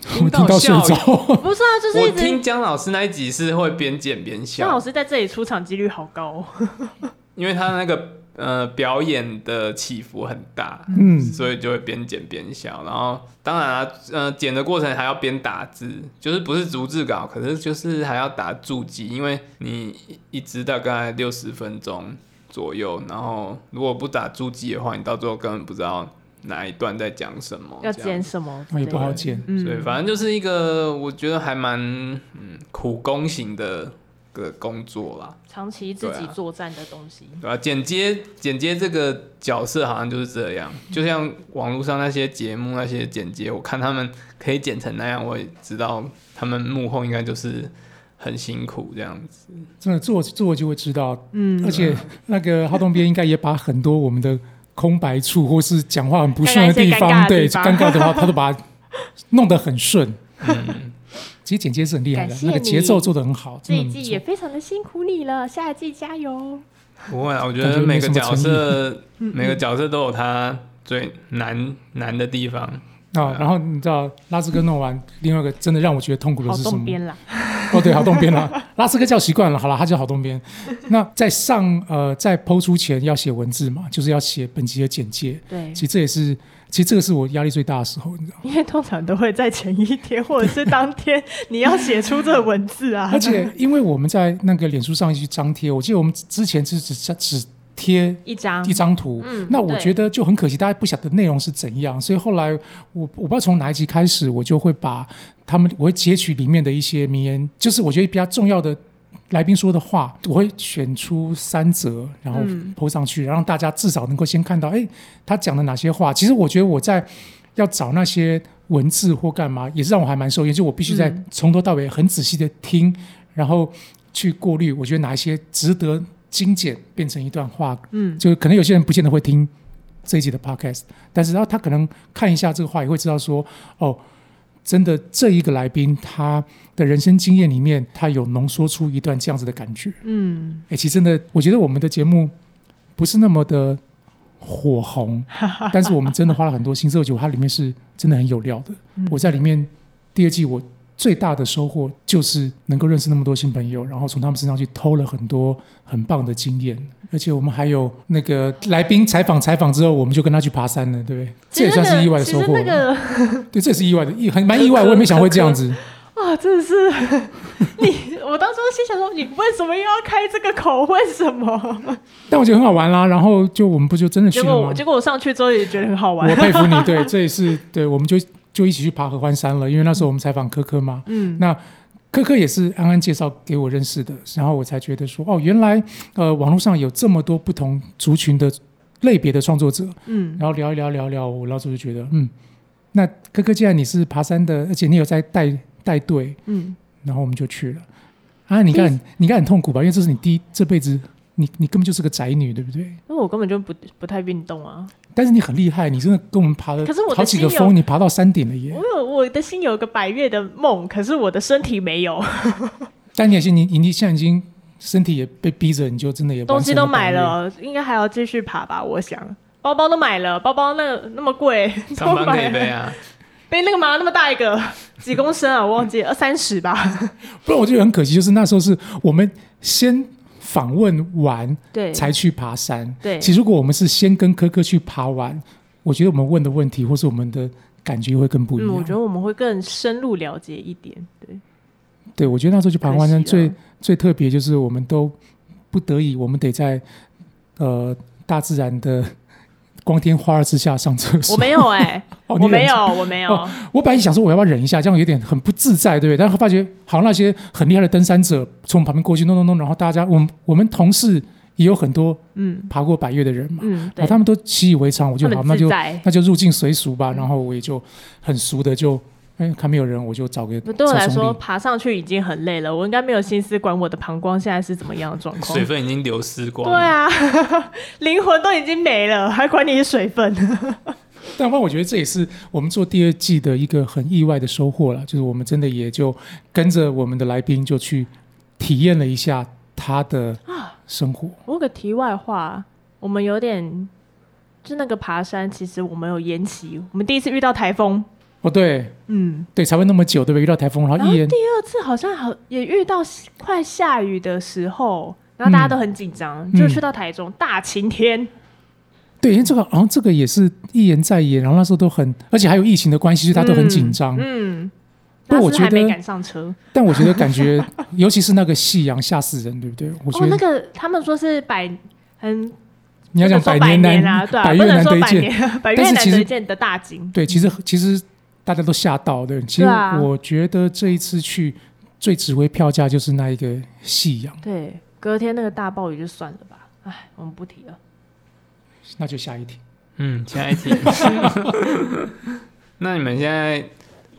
[SPEAKER 1] 我听到睡
[SPEAKER 3] 笑
[SPEAKER 1] 着。
[SPEAKER 2] 不是啊，就是
[SPEAKER 3] 我
[SPEAKER 2] 一
[SPEAKER 3] 听
[SPEAKER 2] 直。
[SPEAKER 3] 姜老师那一集是会边剪边
[SPEAKER 2] 张老
[SPEAKER 3] 笑，
[SPEAKER 2] 师在这里出场几率好高、哦，
[SPEAKER 3] 因为他那个呃表演的起伏很大，
[SPEAKER 1] 嗯
[SPEAKER 3] 所以就会边剪边笑。然后当然啊，呃，剪的过程还要边打字，就是不是逐字稿，可是就是还要打注记，因为你一一支大概六十分钟左右，然后如果不打注记的话，你到最后根本不知道哪一段在讲什么，
[SPEAKER 2] 要
[SPEAKER 3] 这样
[SPEAKER 2] 剪什么？
[SPEAKER 1] 那也不好剪。
[SPEAKER 2] 嗯
[SPEAKER 3] 所以反正就是一个我觉得还蛮嗯苦工型的个工作啦，
[SPEAKER 2] 长期自
[SPEAKER 3] 啊
[SPEAKER 2] 己作战的东西。
[SPEAKER 1] 嗯
[SPEAKER 3] 对吧、啊剪接剪接这个角色好像就是这样，就像网络上那些节目那些剪接，我看他们可以剪成那样，我也知道他们幕后应该就是很辛苦这样子。
[SPEAKER 1] 真的做做就会知道，
[SPEAKER 2] 嗯
[SPEAKER 1] 而且那个浩东边应该也把很多我们的空白处或是讲话很不顺
[SPEAKER 2] 看看一
[SPEAKER 1] 地
[SPEAKER 2] 些
[SPEAKER 1] 方，
[SPEAKER 2] 尴尬的
[SPEAKER 1] 对
[SPEAKER 2] 地方
[SPEAKER 1] 尴尬的话，他都把它弄得很顺。其实剪接是很厉害的
[SPEAKER 2] 感，谢
[SPEAKER 1] 那个节奏做得很好，
[SPEAKER 2] 这
[SPEAKER 1] 真的
[SPEAKER 2] 一
[SPEAKER 1] 很不
[SPEAKER 2] 季也
[SPEAKER 1] 错。
[SPEAKER 2] 非常的辛苦你了，下一季加油！
[SPEAKER 3] 不会啊，我觉
[SPEAKER 1] 感
[SPEAKER 3] 得
[SPEAKER 1] 觉没
[SPEAKER 3] 每个
[SPEAKER 1] 什么
[SPEAKER 3] 角色每个角色都有他最难难的地方。
[SPEAKER 1] 啊，然后你知道拉斯哥弄完，另外一个真的让我觉得痛苦的
[SPEAKER 2] 好
[SPEAKER 1] 是什
[SPEAKER 2] 动
[SPEAKER 1] 么？
[SPEAKER 2] 边啦，
[SPEAKER 1] 哦，对，好东边啦，拉斯哥叫习惯了，好了，他叫好东 边。那在上呃，在剖出前要写文字嘛，就是要写本集的简介。
[SPEAKER 2] 对
[SPEAKER 1] 其，实这也是，其实这个是我压力最大的时候，你知道吗。
[SPEAKER 2] 因为通常都会在前一天或者是当天你要写出这文字啊
[SPEAKER 1] 而。且因为我们在那个脸书上去张贴，我记得我们之前是只只只贴
[SPEAKER 2] 一张
[SPEAKER 1] 一张图，
[SPEAKER 2] 嗯
[SPEAKER 1] 那我
[SPEAKER 2] 对
[SPEAKER 1] 觉得就很可惜，大家不晓得内容是怎样，所以后来我我不知道从哪一集开始，我就会把他们我会截取里面的一些名言，就是我觉得比较重要的。来宾说的话，我会选出三则，然后
[SPEAKER 2] 嗯
[SPEAKER 1] PO 上去，然后让大家至少能够先看到，哎，他讲了哪些话。其实我觉得我在要找那些文字或干嘛，也是让我还蛮受益。就我必须在
[SPEAKER 2] 嗯
[SPEAKER 1] 从头到尾很仔细的听，然后去过滤，我觉得哪一些值得精简变成一段话，
[SPEAKER 2] 嗯，
[SPEAKER 1] 就可能有些人不见得会听这一集的 podcast，但是然后他可能看一下这个话，也会知道说，哦，真的这一个来宾他的人生经验里面，他有浓缩出一段这样子的感觉。
[SPEAKER 2] 嗯，
[SPEAKER 1] 哎，其实真的，我觉得我们的节目不是那么的火红，但是我们真的花了很多心思，而且它里面是真的很有料的。
[SPEAKER 2] 嗯
[SPEAKER 1] 我在里面第二季我最大的收获就是能够认识那么多新朋友，然后从他们身上去偷了很多很棒的经验，而且我们还有那个来宾采访采访之后，我们就跟他去爬山了，对不对？这也
[SPEAKER 2] 其实
[SPEAKER 1] 算
[SPEAKER 2] 那
[SPEAKER 1] 是
[SPEAKER 2] 个
[SPEAKER 1] 意外的收获
[SPEAKER 2] 其实那。个
[SPEAKER 1] 对，这也是意外的，意很蛮意外，我也没想会这样子。
[SPEAKER 2] 啊，真的是你，我当初心想说，你为什么又要开这个口？为什么？
[SPEAKER 1] 但我觉得很好玩啦，然后就我们不就真的去
[SPEAKER 2] 结
[SPEAKER 1] 了
[SPEAKER 2] 果
[SPEAKER 1] 吗
[SPEAKER 2] 我？结果我上去之后也觉得很好玩
[SPEAKER 1] 我。佩服你，对，这也是对，我们就就一起去爬合欢山了，因为那时候我们采访科科嘛，
[SPEAKER 2] 嗯，
[SPEAKER 1] 那科科也是安安介绍给我认识的，然后我才觉得说，哦，原来呃网络上有这么多不同族群的类别的创作者，
[SPEAKER 2] 嗯，
[SPEAKER 1] 然后聊一聊聊一聊，我那时候就觉得，嗯，那科科既然你是爬山的，而且你有在带带队，
[SPEAKER 2] 嗯，
[SPEAKER 1] 然后我们就去了。啊，你应该很你应该很痛苦吧？因为这是你第一这辈子，你你根本就是个宅女，对不对？
[SPEAKER 2] 因为我根本就不不太运动啊。
[SPEAKER 1] 但是你很厉害，你真的跟我们爬了
[SPEAKER 2] 可是我的
[SPEAKER 1] 好几个
[SPEAKER 2] 心有
[SPEAKER 1] 峰，你爬到山顶了耶
[SPEAKER 2] 我。有我的心有个百月的梦，可是我的身体没有，
[SPEAKER 1] 但你也是你你你现在已经身体也被逼着，你就真的也完成
[SPEAKER 2] 东西都买
[SPEAKER 1] 了百
[SPEAKER 2] 了，应该还要继续爬吧？我想，包包都买了，包包那那么贵，
[SPEAKER 3] 上
[SPEAKER 2] 都
[SPEAKER 3] 班可
[SPEAKER 2] 买
[SPEAKER 3] 以
[SPEAKER 2] 了
[SPEAKER 3] 背啊。
[SPEAKER 2] 背那个嘛，那么大一个，几公升啊？我忘记了，二三十吧。
[SPEAKER 1] 日。不然我觉得很可惜，就是那时候是我们先访问完
[SPEAKER 2] 对
[SPEAKER 1] 才去爬山。
[SPEAKER 2] 对
[SPEAKER 1] 其实如果我们是先跟科科去爬完，我觉得我们问的问题或是我们的感觉会更不一
[SPEAKER 2] 嗯，
[SPEAKER 1] 样。
[SPEAKER 2] 我觉得我们会更深入了解一点。对，
[SPEAKER 1] 对，我觉得那时候去爬完山
[SPEAKER 2] 可惜了啊
[SPEAKER 1] 最最特别就是我们都不得已，我们得在呃大自然的光天化日之下上厕所。
[SPEAKER 2] 我没有哎、
[SPEAKER 1] 哦
[SPEAKER 2] 我没，
[SPEAKER 1] 你忍
[SPEAKER 2] 有，我没有。
[SPEAKER 1] 哦我本来想说我要不要忍一下，这样有点很不自在，对不对？但是发觉好像那些很厉害的登山者从我们旁边过去，弄弄弄，然后大家我们我们同事也有很多
[SPEAKER 2] 嗯
[SPEAKER 1] 爬过百越的人嘛，
[SPEAKER 2] 嗯，
[SPEAKER 1] 然
[SPEAKER 2] 对，
[SPEAKER 1] 后他们都习以为常，我就好，
[SPEAKER 2] 们
[SPEAKER 1] 那
[SPEAKER 2] 自
[SPEAKER 1] 就
[SPEAKER 2] 在。
[SPEAKER 1] 那就入境随俗吧。然后我也就很熟的就，哎，看没有人，我就找个
[SPEAKER 2] 不对我
[SPEAKER 1] 草
[SPEAKER 2] 来
[SPEAKER 1] 丛
[SPEAKER 2] 说，
[SPEAKER 1] 里
[SPEAKER 2] 爬上去已经很累了，我应该没有心思管我的膀胱现在是怎么样的状况
[SPEAKER 3] 水。分已经流失光
[SPEAKER 2] 对
[SPEAKER 3] 了。
[SPEAKER 2] 啊，灵魂都已经没了，还管你水分？
[SPEAKER 1] 但不然我觉得这也是我们做第二季的一个很意外的收获了，就是我们真的也就跟着我们的来宾就去体验了一下他的生活。
[SPEAKER 2] 我有个题外话，我们有点就那个爬山，其实我们有延期，我们第一次遇到台风，
[SPEAKER 1] 哦，对
[SPEAKER 2] 嗯，
[SPEAKER 1] 对，才会那么久，对不对？遇到台风，然后
[SPEAKER 2] 然后
[SPEAKER 1] 一
[SPEAKER 2] 第
[SPEAKER 1] 言
[SPEAKER 2] 二次好像好也遇到快下雨的时候。然后大家都很紧张，就去到台中、大晴天，
[SPEAKER 1] 对，因为这个好像这个也是一言再言，然后那时候都很，而且还有疫情的关系，所以大家都很紧张。
[SPEAKER 2] 嗯，
[SPEAKER 1] 不过
[SPEAKER 2] 那
[SPEAKER 1] 我
[SPEAKER 2] 时还
[SPEAKER 1] 觉得
[SPEAKER 2] 没赶上车。
[SPEAKER 1] 但我觉得感觉， 尤其是那个夕阳吓死人，对不对？我觉
[SPEAKER 2] 哦，那
[SPEAKER 1] 得
[SPEAKER 2] 个他们说是百，嗯，
[SPEAKER 1] 你要讲
[SPEAKER 2] 不能说
[SPEAKER 1] 年
[SPEAKER 2] 百
[SPEAKER 1] 难，
[SPEAKER 2] 啊，对啊，
[SPEAKER 1] 百
[SPEAKER 2] 不
[SPEAKER 1] 越
[SPEAKER 2] 能
[SPEAKER 1] 难
[SPEAKER 2] 说
[SPEAKER 1] 得一
[SPEAKER 2] 百
[SPEAKER 1] 见。
[SPEAKER 2] 年 百
[SPEAKER 1] 但
[SPEAKER 2] 越
[SPEAKER 1] 是
[SPEAKER 2] 难
[SPEAKER 1] 其
[SPEAKER 2] 得
[SPEAKER 1] 实
[SPEAKER 2] 一见的大景，
[SPEAKER 1] 对，其实其实大家都吓到，对。其实
[SPEAKER 2] 对啊
[SPEAKER 1] 我觉得这一次去最值回票价就是那一个夕阳，
[SPEAKER 2] 对，隔天那个大暴雨就算了吧，哎，我们不提了。
[SPEAKER 1] 那就下一题。
[SPEAKER 3] 嗯，下一题。 那你们现在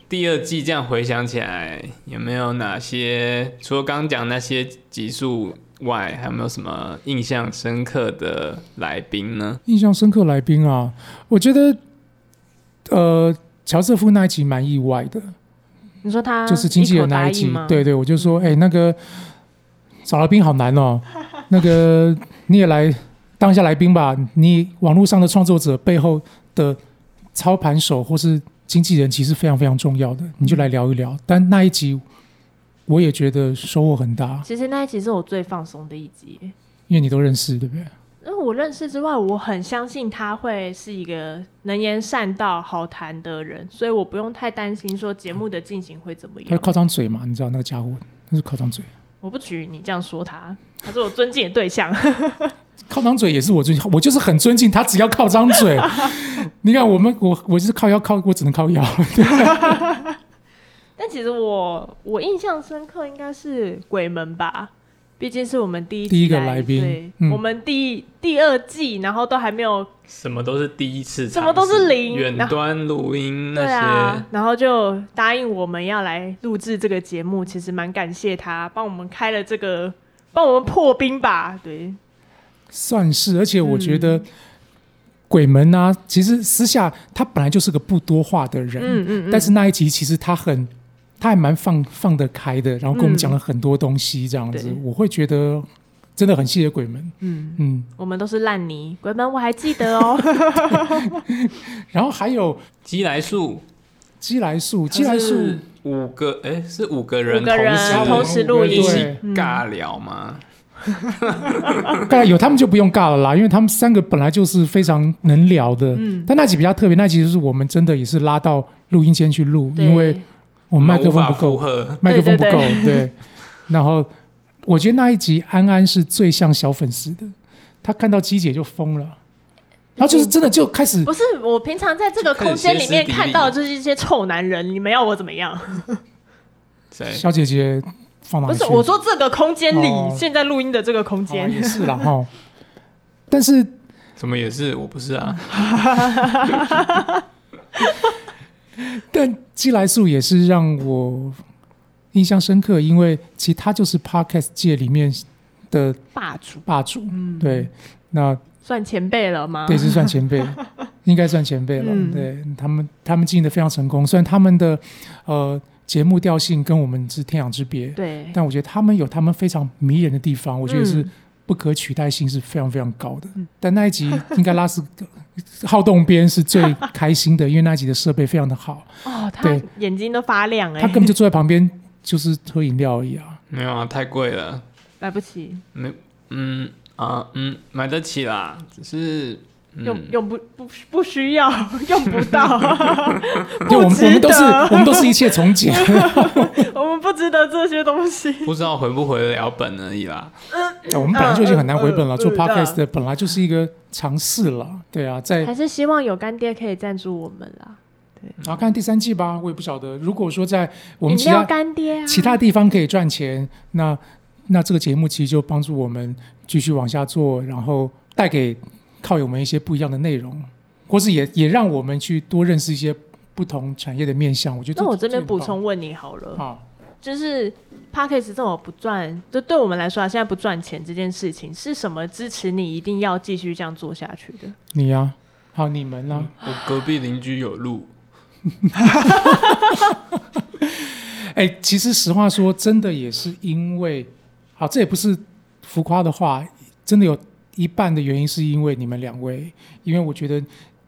[SPEAKER 3] 第二季这样回想起来，有没有哪些除了刚讲那些集数外，还有没有什么印象深刻的来宾呢？
[SPEAKER 1] 印象深刻来宾啊，我觉得，呃，乔瑟夫那一集蛮意外的，
[SPEAKER 2] 你说他
[SPEAKER 1] 就是经纪人那
[SPEAKER 2] 啊一
[SPEAKER 1] 一集，
[SPEAKER 2] 吗？
[SPEAKER 1] 对对，我就说，哎、那个找来宾好难哦，那个你也来当一下来宾吧。你网络上的创作者背后的操盘手或是经纪人，其实非常非常重要的，你就来聊一聊。但那一集我也觉得收获很大，
[SPEAKER 2] 其实那一集是我最放松的一集，
[SPEAKER 1] 因为你都认识，对不对？
[SPEAKER 2] 因为我认识之外，我很相信他会是一个能言善道、好谈的人，所以我不用太担心说节目的进行会怎么
[SPEAKER 1] 他就
[SPEAKER 2] 样。
[SPEAKER 1] 靠张嘴嘛，你知道那个家伙，他是靠张嘴。
[SPEAKER 2] 我不许你这样说他，他是我尊敬的对象。
[SPEAKER 1] 靠张嘴也是我尊敬，我就是很尊敬他，只要靠张嘴。 你看我们，我我就是靠腰靠，我只能靠腰。
[SPEAKER 2] 但其实我我印象深刻应该是鬼门吧，毕竟是我们第一
[SPEAKER 1] 第一
[SPEAKER 2] 季
[SPEAKER 1] 个来宾
[SPEAKER 2] 对，
[SPEAKER 1] 嗯
[SPEAKER 2] 我们第第二季，然后都还没有
[SPEAKER 3] 什么都是第一次尝试，
[SPEAKER 2] 什么都是零
[SPEAKER 3] 远
[SPEAKER 2] 然后
[SPEAKER 3] 端录音那
[SPEAKER 2] 对
[SPEAKER 3] 些，
[SPEAKER 2] 啊，然后就答应我们要来录制这个节目，其实蛮感谢他帮我们开了这个，帮我们破冰吧，对，
[SPEAKER 1] 算是，而且我
[SPEAKER 2] 嗯
[SPEAKER 1] 觉得鬼门啊，其实私下他本来就是个不多话的人，
[SPEAKER 2] 嗯嗯嗯，
[SPEAKER 1] 但是那一集其实他很，他还蛮放放得开的，然后跟我们
[SPEAKER 2] 嗯
[SPEAKER 1] 讲了很多东西，这样子，
[SPEAKER 2] 对
[SPEAKER 1] 我会觉得真的很谢谢鬼门，
[SPEAKER 2] 嗯，
[SPEAKER 1] 嗯，
[SPEAKER 2] 我们都是烂泥，鬼门我还记 得哦。
[SPEAKER 1] 然后还有
[SPEAKER 3] 基来树，
[SPEAKER 1] 基来树，基
[SPEAKER 3] 它
[SPEAKER 1] 来树
[SPEAKER 3] 是五个，哎、是五个人
[SPEAKER 2] 五个人啊
[SPEAKER 1] 同
[SPEAKER 3] 同
[SPEAKER 1] 时
[SPEAKER 3] 时
[SPEAKER 1] 录
[SPEAKER 3] 一
[SPEAKER 1] 音
[SPEAKER 3] 起
[SPEAKER 2] 嗯
[SPEAKER 3] 尬聊吗？
[SPEAKER 1] 尬有他们就不用尬了啦，因为他们三个本来就是非常能聊的，
[SPEAKER 2] 嗯，
[SPEAKER 1] 但那集比较特别，那集就是我们真的也是拉到录音间去录，
[SPEAKER 2] 对，
[SPEAKER 1] 因为我们麦克
[SPEAKER 3] 无
[SPEAKER 1] 风
[SPEAKER 3] 法
[SPEAKER 1] 不
[SPEAKER 3] 负
[SPEAKER 1] 够，
[SPEAKER 3] 荷，
[SPEAKER 1] 麦克风不够，
[SPEAKER 2] 对
[SPEAKER 1] 对然后我觉得那一集安安是最像小粉丝的，她看到鸡姐就疯了，然后就是真的就开始
[SPEAKER 2] 不是我平常在这个空间里面看到的就是一些臭男人，你们要我怎么样？
[SPEAKER 3] 对，
[SPEAKER 1] 小姐姐放哪
[SPEAKER 2] 不
[SPEAKER 1] 里去？
[SPEAKER 2] 是我说这个空间里，
[SPEAKER 1] 哦
[SPEAKER 2] 现在录音的这个空
[SPEAKER 1] 哦
[SPEAKER 2] 间，
[SPEAKER 1] 也是啦哈，但是
[SPEAKER 3] 怎么也是我不是啊，
[SPEAKER 1] 但寄来素也是让我印象深刻，因为其实他就是 podcast 界里面的
[SPEAKER 2] 霸主，
[SPEAKER 1] 霸主，
[SPEAKER 2] 嗯，
[SPEAKER 1] 对，那
[SPEAKER 2] 算前辈了吗？
[SPEAKER 1] 对是算前 辈，应该算前辈了。
[SPEAKER 2] 嗯
[SPEAKER 1] 对他们，他们经营的非常成功，虽然他们的呃节目调性跟我们是天壤之别，
[SPEAKER 2] 对，
[SPEAKER 1] 但我觉得他们有他们非常迷人的地方，我觉得是
[SPEAKER 2] 嗯
[SPEAKER 1] 不可取代性是非常非常高的。
[SPEAKER 2] 嗯
[SPEAKER 1] 但那一集应该拉斯 好动边是最开心的，因为那一集的设备非常的好。
[SPEAKER 2] 哦，他
[SPEAKER 1] 对
[SPEAKER 2] 眼睛都发亮哎、
[SPEAKER 1] 他根本就坐在旁边，就是喝饮料而已啊。
[SPEAKER 3] 没有啊，太贵了，
[SPEAKER 2] 来不及，
[SPEAKER 3] 没，嗯啊嗯，买得起啦，只是
[SPEAKER 2] 用
[SPEAKER 3] 嗯，
[SPEAKER 2] 用不不不需要， 用不到，
[SPEAKER 1] 就我们
[SPEAKER 2] 不
[SPEAKER 1] 我
[SPEAKER 2] 值
[SPEAKER 1] 们都
[SPEAKER 2] 得
[SPEAKER 1] 是，我们都是一切从 简。哎
[SPEAKER 2] 我们不值得这些东西。
[SPEAKER 3] 不知道回不回得了本而已啦。
[SPEAKER 1] 我们本来就已经很难回本了，
[SPEAKER 2] 嗯嗯
[SPEAKER 1] 做
[SPEAKER 2] 嗯
[SPEAKER 1] podcast 的本来就是一个尝试了。对啊，在
[SPEAKER 2] 还是希望有干爹可以赞助我们啦，
[SPEAKER 1] 然后看第三季吧，我也不晓得。如果说在我们
[SPEAKER 2] 饮
[SPEAKER 1] 其
[SPEAKER 2] 料
[SPEAKER 1] 他
[SPEAKER 2] 干爹啊，
[SPEAKER 1] 其他地方可以赚钱，那那这个节目其实就帮助我们继续往下做，然后带给靠友们一些不一样的内容，或是也也让我们去多认识一些不同产业的面向。我觉得
[SPEAKER 2] 那我这
[SPEAKER 1] 这
[SPEAKER 2] 边
[SPEAKER 1] 很
[SPEAKER 2] 补
[SPEAKER 1] 棒
[SPEAKER 2] 充问你好了，
[SPEAKER 1] 啊，
[SPEAKER 2] 就是 p a c k a g e 这种不赚，就对我们来说啊，现在不赚钱这件事情是什么支持你一定要继续这样做下去的？
[SPEAKER 1] 你呀、好你们啦、
[SPEAKER 3] 我隔壁邻居有路，
[SPEAKER 1] 哎、其实实话说，真的也是因为，好，这也不是浮夸的话，真的有一半的原因是因为你们两位，因为我觉得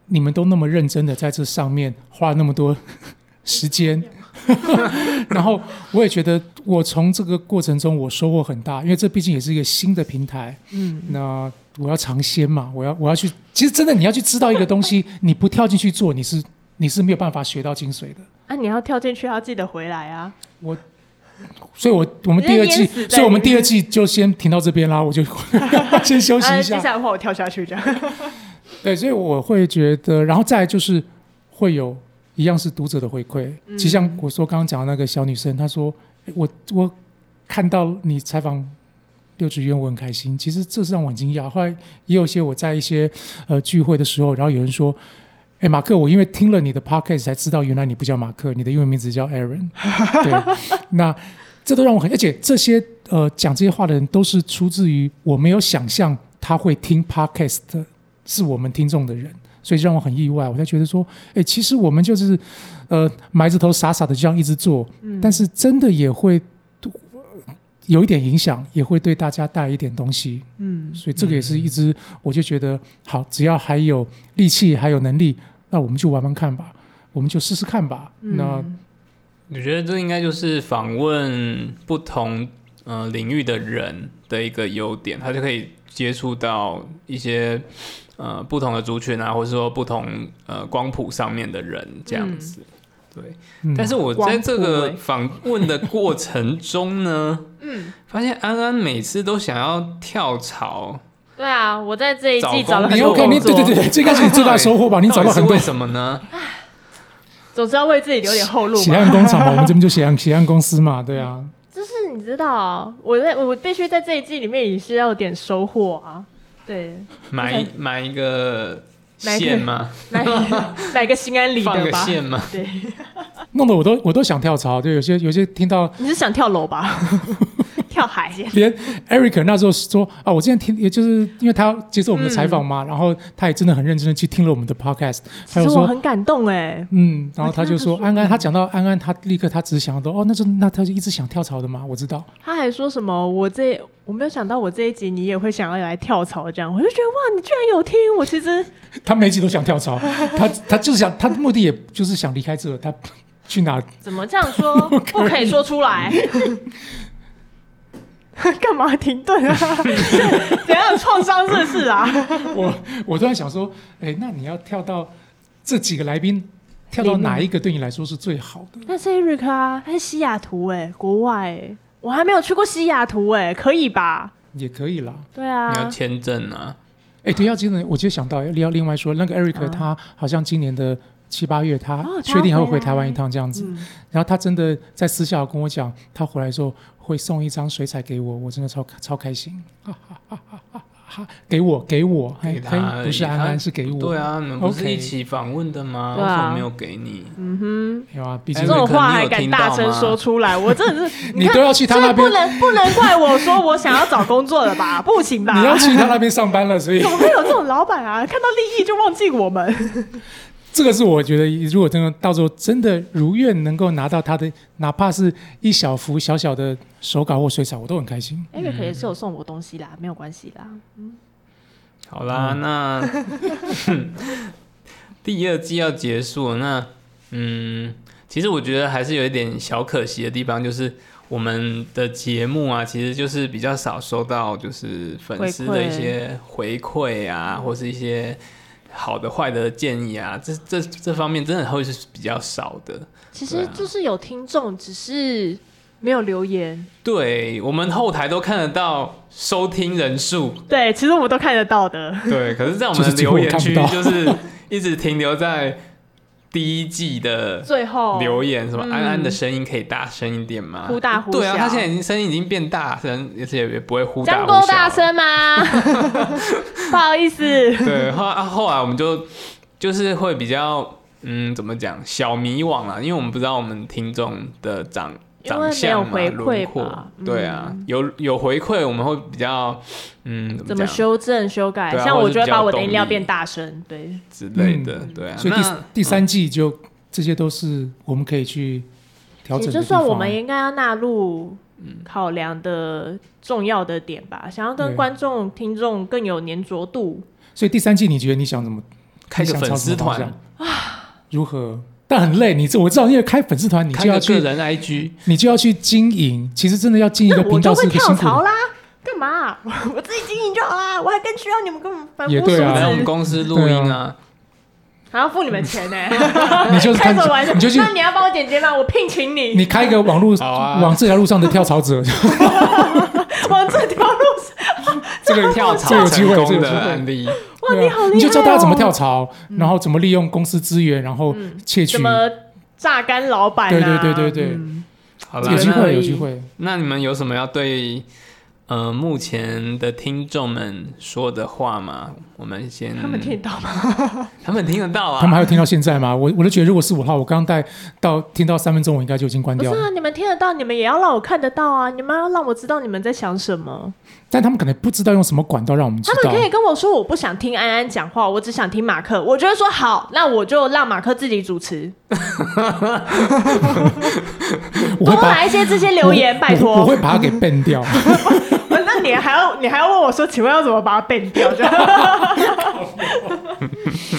[SPEAKER 1] 你们都那么认真的在这上面花了那么多 时间， 然后我也觉得我从这个过程中我收获很大，因为这毕竟也是一个新的平台，
[SPEAKER 2] 嗯，
[SPEAKER 1] 那我要尝鲜嘛，我要我要去，其实真的你要去知道一个东西，你不跳进去做，你是你是没有办法学到精髓的。
[SPEAKER 2] 啊，你要跳进去，要记得回来啊！
[SPEAKER 1] 所以我，我们第二季
[SPEAKER 2] 你就淹死在里，面
[SPEAKER 1] 所以我们第二季就先停到这边啦，我就 先休息
[SPEAKER 2] 啊，
[SPEAKER 1] 一
[SPEAKER 2] 接
[SPEAKER 1] 下。
[SPEAKER 2] 下来的话我跳下去这样。
[SPEAKER 1] 对，所以我会觉得，然后再来就是会有一样是读者的回馈，
[SPEAKER 2] 嗯
[SPEAKER 1] 就像我说刚刚讲的那个小女生，她说诶我我看到你采访六职员，我很开心。其实这是让我很惊讶。后来也有一些我在一些呃聚会的时候，然后有人说。哎，马克，我因为听了你的 podcast 才知道，原来你不叫马克，你的英文名字叫 Aaron。对，那这都让我很，而且这些呃讲这些话的人都是出自于我没有想象他会听 podcast 的是我们听众的人，所以让我很意外。我才觉得说，哎，其实我们就是呃埋着头傻傻的这样一直做，
[SPEAKER 2] 嗯
[SPEAKER 1] 但是真的也会呃有一点影响，也会对大家带来一点东西。
[SPEAKER 2] 嗯，
[SPEAKER 1] 所以这个也是一直，我就觉得好，只要还有力气，还有能力，那我们就玩玩看吧，我们就试试看吧。那
[SPEAKER 2] 嗯
[SPEAKER 3] 我觉得这应该就是访问不同呃领域的人的一个优点，他就可以呃接触到一些呃不同的族群啊，或者说不同呃光谱上面的人这样子。对，
[SPEAKER 1] 嗯
[SPEAKER 3] 但是我在这
[SPEAKER 2] 光
[SPEAKER 3] 个
[SPEAKER 2] 谱欸
[SPEAKER 3] 访问的过程中呢，
[SPEAKER 2] 嗯，
[SPEAKER 3] 发现安安每次都想要跳槽，
[SPEAKER 2] 对啊，我在这一季
[SPEAKER 3] 找
[SPEAKER 2] 找了
[SPEAKER 3] 工
[SPEAKER 1] 你
[SPEAKER 2] 很多
[SPEAKER 3] 作
[SPEAKER 1] OK，你
[SPEAKER 2] 工
[SPEAKER 1] 对对
[SPEAKER 2] 作，
[SPEAKER 1] 对，这应该是你最大的收 获吧？哦你找到
[SPEAKER 3] 到底
[SPEAKER 1] 很
[SPEAKER 3] 是
[SPEAKER 1] 多
[SPEAKER 3] 为什么呢？
[SPEAKER 2] 总是要为自己留点后路
[SPEAKER 1] 血
[SPEAKER 2] 嘛。
[SPEAKER 1] 汗工厂嘛，我们这边就血汗血汗公司嘛，对 啊。
[SPEAKER 2] 就是你知道，我在我必须在这一季里面也是要有点收获啊。对，
[SPEAKER 3] 买一买一个
[SPEAKER 2] 买一个
[SPEAKER 3] 线吗？
[SPEAKER 2] 买 买个心安理
[SPEAKER 3] 放
[SPEAKER 2] 得
[SPEAKER 3] 个
[SPEAKER 2] 吧。
[SPEAKER 3] 线吗？
[SPEAKER 2] 对，
[SPEAKER 1] 弄得我都我都想跳槽，对，有些有些听到
[SPEAKER 2] 你是想跳 楼吧？跳海先。
[SPEAKER 1] 连 Eric 那时候说啊，我之前听，也就是因为他接受我
[SPEAKER 2] 嗯
[SPEAKER 1] 们的采访嘛，然后他也真的很认真的去听了我们的 podcast，
[SPEAKER 2] 其
[SPEAKER 1] 他
[SPEAKER 2] 实
[SPEAKER 1] 就
[SPEAKER 2] 我
[SPEAKER 1] 说。
[SPEAKER 2] 很感动哎，
[SPEAKER 1] 嗯，然后他就说
[SPEAKER 2] 我听到他
[SPEAKER 1] 安
[SPEAKER 2] 说
[SPEAKER 1] 安，他讲到安安，他立刻他只想到哦，那就那他就一直想跳槽的嘛，我知道，
[SPEAKER 2] 他还说什么我这我没有想到我这一集你也会想要来跳槽这样，我就觉得哇，你居然有听！我其实
[SPEAKER 1] 他每一集都想跳 槽，他他就是想，他的目的也就是想离开这，他 去哪？
[SPEAKER 2] 怎么这样说， 不可以说出来。 干嘛停顿啊？ 怎样有创伤是不是啊？
[SPEAKER 1] 我我突然想说，哎，那你要跳到这几个来宾，跳到哪一个对你来说是最好的？
[SPEAKER 2] 那是 Eric 啊，他是西雅图哎、国外哎、我还没有去过西雅图哎、可以吧？
[SPEAKER 1] 也可以啦。
[SPEAKER 2] 对
[SPEAKER 3] 你要
[SPEAKER 2] 啊，
[SPEAKER 3] 签证啊，
[SPEAKER 1] 哎，对，要今年我就想到要另外说，那个 Eric
[SPEAKER 2] 嗯
[SPEAKER 1] 他好像今年的七八月他
[SPEAKER 2] 哦他
[SPEAKER 1] 确定还会
[SPEAKER 2] 回
[SPEAKER 1] 回
[SPEAKER 2] 来
[SPEAKER 1] 台湾一趟这样子。
[SPEAKER 2] 嗯，
[SPEAKER 1] 然后他真的在私下跟我讲，他回来之后会送一张水彩给我，我真的超超开心， 哈哈哈哈哈哈！给我给我，嘿
[SPEAKER 3] 给他
[SPEAKER 1] 嘿不是安
[SPEAKER 3] 他
[SPEAKER 1] 安是给我，
[SPEAKER 3] 对，啊，你们不是
[SPEAKER 1] OK
[SPEAKER 3] 一起访问的吗？为
[SPEAKER 2] 对啊
[SPEAKER 3] 什么没有给你？
[SPEAKER 1] 有啊，毕
[SPEAKER 2] 这
[SPEAKER 1] 竟
[SPEAKER 3] 哎
[SPEAKER 2] 种
[SPEAKER 3] 那
[SPEAKER 2] 话
[SPEAKER 3] 肯定
[SPEAKER 2] 还
[SPEAKER 3] 有
[SPEAKER 2] 敢
[SPEAKER 3] 听
[SPEAKER 2] 大
[SPEAKER 3] 到
[SPEAKER 2] 声
[SPEAKER 3] 嘛
[SPEAKER 2] 说出来，我真的是
[SPEAKER 1] 你都要去他那
[SPEAKER 2] 这不
[SPEAKER 1] 边，
[SPEAKER 2] 能不能怪我说我想要找工作 了吧？不行吧？
[SPEAKER 1] 你要去他那边上班了，所以
[SPEAKER 2] 怎么会有这种老板啊？看到利益就忘记我们。
[SPEAKER 1] 这个是我觉得，如果真的到时候真的如愿能够拿到他的，哪怕是一小幅小小的手稿或水彩，我都很开心。
[SPEAKER 2] Eric 也是有送我东西啦，没有关系啦。
[SPEAKER 3] 好啦，那哼 第二季要结束了，那嗯，其实我觉得还是有一点小可惜的地方，就是我们的节目啊，其实就是比较少收到就是粉丝的
[SPEAKER 2] 回馈
[SPEAKER 3] 一些回馈啊，或是一些好的坏的建议啊，这这这方面真的会是比较少的。
[SPEAKER 2] 其
[SPEAKER 3] 对
[SPEAKER 2] 实
[SPEAKER 3] 啊
[SPEAKER 2] 就是有听众，只是没有留言。
[SPEAKER 3] 对我们后台都看得到收听人数，
[SPEAKER 2] 对，其实我们都看得到的。
[SPEAKER 3] 对，可是，在我
[SPEAKER 1] 就
[SPEAKER 3] 们
[SPEAKER 1] 是
[SPEAKER 3] 的
[SPEAKER 1] 几乎
[SPEAKER 3] 留言
[SPEAKER 1] 看不
[SPEAKER 3] 区，
[SPEAKER 1] 到
[SPEAKER 3] 就是一直停留在第一季的
[SPEAKER 2] 最后
[SPEAKER 3] 留言，什么
[SPEAKER 2] 嗯
[SPEAKER 3] 安安的声音可以大声一点吗？
[SPEAKER 2] 忽大忽小
[SPEAKER 3] 对啊，他现在已经声音已经变大声，而且也不会忽
[SPEAKER 2] 这
[SPEAKER 3] 大
[SPEAKER 2] 样
[SPEAKER 3] 忽
[SPEAKER 2] 够
[SPEAKER 3] 小。
[SPEAKER 2] 大声吗？ 不好意思，
[SPEAKER 3] 对，后啊后来我们就就是会比较嗯，怎么讲，小迷惘啊啦，因为我们不知道我们听众的长
[SPEAKER 2] 因为
[SPEAKER 3] 长相嘛，
[SPEAKER 2] 没有回馈
[SPEAKER 3] 轮廓
[SPEAKER 2] 吧，嗯
[SPEAKER 3] 对啊，有有回馈，我们会比较嗯，
[SPEAKER 2] 怎
[SPEAKER 3] 怎
[SPEAKER 2] 么
[SPEAKER 3] 么讲
[SPEAKER 2] 修正修改？
[SPEAKER 3] 对啊
[SPEAKER 2] 像
[SPEAKER 3] 或
[SPEAKER 2] 我就
[SPEAKER 3] 者
[SPEAKER 2] 是会
[SPEAKER 3] 比较
[SPEAKER 2] 把我的
[SPEAKER 3] 动
[SPEAKER 2] 音量
[SPEAKER 3] 力
[SPEAKER 2] 变大声。对，
[SPEAKER 3] 之类的，对啊，
[SPEAKER 1] 嗯所以第
[SPEAKER 3] 那
[SPEAKER 1] 第三季就这些都是我们可以去调整的
[SPEAKER 2] 也就
[SPEAKER 1] 地
[SPEAKER 2] 算
[SPEAKER 1] 方。
[SPEAKER 2] 我们应该要纳入
[SPEAKER 3] 嗯
[SPEAKER 2] 考量的重要的点吧，想要跟
[SPEAKER 1] 对
[SPEAKER 2] 观众、听众更有粘着度。
[SPEAKER 1] 所以第三季你觉得你想怎么
[SPEAKER 3] 开个
[SPEAKER 1] 你想朝
[SPEAKER 3] 粉丝
[SPEAKER 1] 什么方
[SPEAKER 3] 团
[SPEAKER 1] 向，如何？但很累，你这我知道，因为开粉丝团你
[SPEAKER 3] 开
[SPEAKER 1] 就要
[SPEAKER 3] 个个
[SPEAKER 1] 去，
[SPEAKER 3] 人 IG，
[SPEAKER 1] 你就要去经营。其实真的要经营一
[SPEAKER 2] 那
[SPEAKER 1] 个
[SPEAKER 2] 我
[SPEAKER 1] 频
[SPEAKER 2] 就
[SPEAKER 1] 道
[SPEAKER 2] 会
[SPEAKER 1] 是一个
[SPEAKER 2] 跳
[SPEAKER 1] 辛苦
[SPEAKER 2] 槽
[SPEAKER 1] 的，
[SPEAKER 2] 啦，干嘛？ 我自己经营就好啦，我还更需要你们跟我们凡夫
[SPEAKER 1] 也
[SPEAKER 2] 俗
[SPEAKER 1] 对啊
[SPEAKER 3] 来我们
[SPEAKER 2] 子，
[SPEAKER 3] 公司录音啊，
[SPEAKER 2] 还要付你们钱呢、
[SPEAKER 1] 你就是
[SPEAKER 2] 开
[SPEAKER 1] 看
[SPEAKER 2] 什么玩笑？
[SPEAKER 1] 你就去
[SPEAKER 2] 那你要帮我剪接吗？我聘请你，
[SPEAKER 1] 你开一个网络、
[SPEAKER 3] 好啊
[SPEAKER 1] 往这条路上的跳槽者，
[SPEAKER 2] 往这条路上。
[SPEAKER 1] 这个
[SPEAKER 3] 跳
[SPEAKER 1] 这
[SPEAKER 3] 槽
[SPEAKER 1] 有机
[SPEAKER 3] 成
[SPEAKER 1] 会，这
[SPEAKER 3] 功
[SPEAKER 1] 有机
[SPEAKER 3] 的
[SPEAKER 1] 会
[SPEAKER 3] 案。例，
[SPEAKER 2] 哇，
[SPEAKER 1] 对啊
[SPEAKER 2] 你好厉害、哦！嗯
[SPEAKER 1] 你就教大家怎么跳槽，然后怎么利用公司资源，然后窃取。
[SPEAKER 2] 怎么榨干老板、啊？
[SPEAKER 1] 对对对对对
[SPEAKER 2] 嗯
[SPEAKER 3] 好
[SPEAKER 2] 这
[SPEAKER 3] 啦，
[SPEAKER 1] 有机
[SPEAKER 3] 那
[SPEAKER 1] 会，有机会。
[SPEAKER 3] 那你们有什么要对呃目前的听众们说的话吗？我们先，
[SPEAKER 2] 他们听得到吗？
[SPEAKER 3] 他们听得到
[SPEAKER 1] 他们
[SPEAKER 3] 啊，
[SPEAKER 1] 还有听到现在吗？我我都觉得，如果是我的话，我刚刚带到听到三分钟，我应该就已经关
[SPEAKER 2] 不是
[SPEAKER 1] 掉了。
[SPEAKER 2] 啊，你们听得到，你们也要让我看得到啊！你们要让我知道你们在想什么。
[SPEAKER 1] 但他们可能不知道用什么管道让我们知
[SPEAKER 2] 他们
[SPEAKER 1] 道。
[SPEAKER 2] 可以跟我说，我不想听安安讲话，我只想听马克。我就会说好，那我就让马克自己主持，
[SPEAKER 1] 我
[SPEAKER 2] 多
[SPEAKER 1] 会把
[SPEAKER 2] 来一些这些留言，拜
[SPEAKER 1] 我我
[SPEAKER 2] 托
[SPEAKER 1] 会。把它给 ban 掉。
[SPEAKER 2] 那你还要你还要问我说，请问要怎么把它 ban 掉？这 样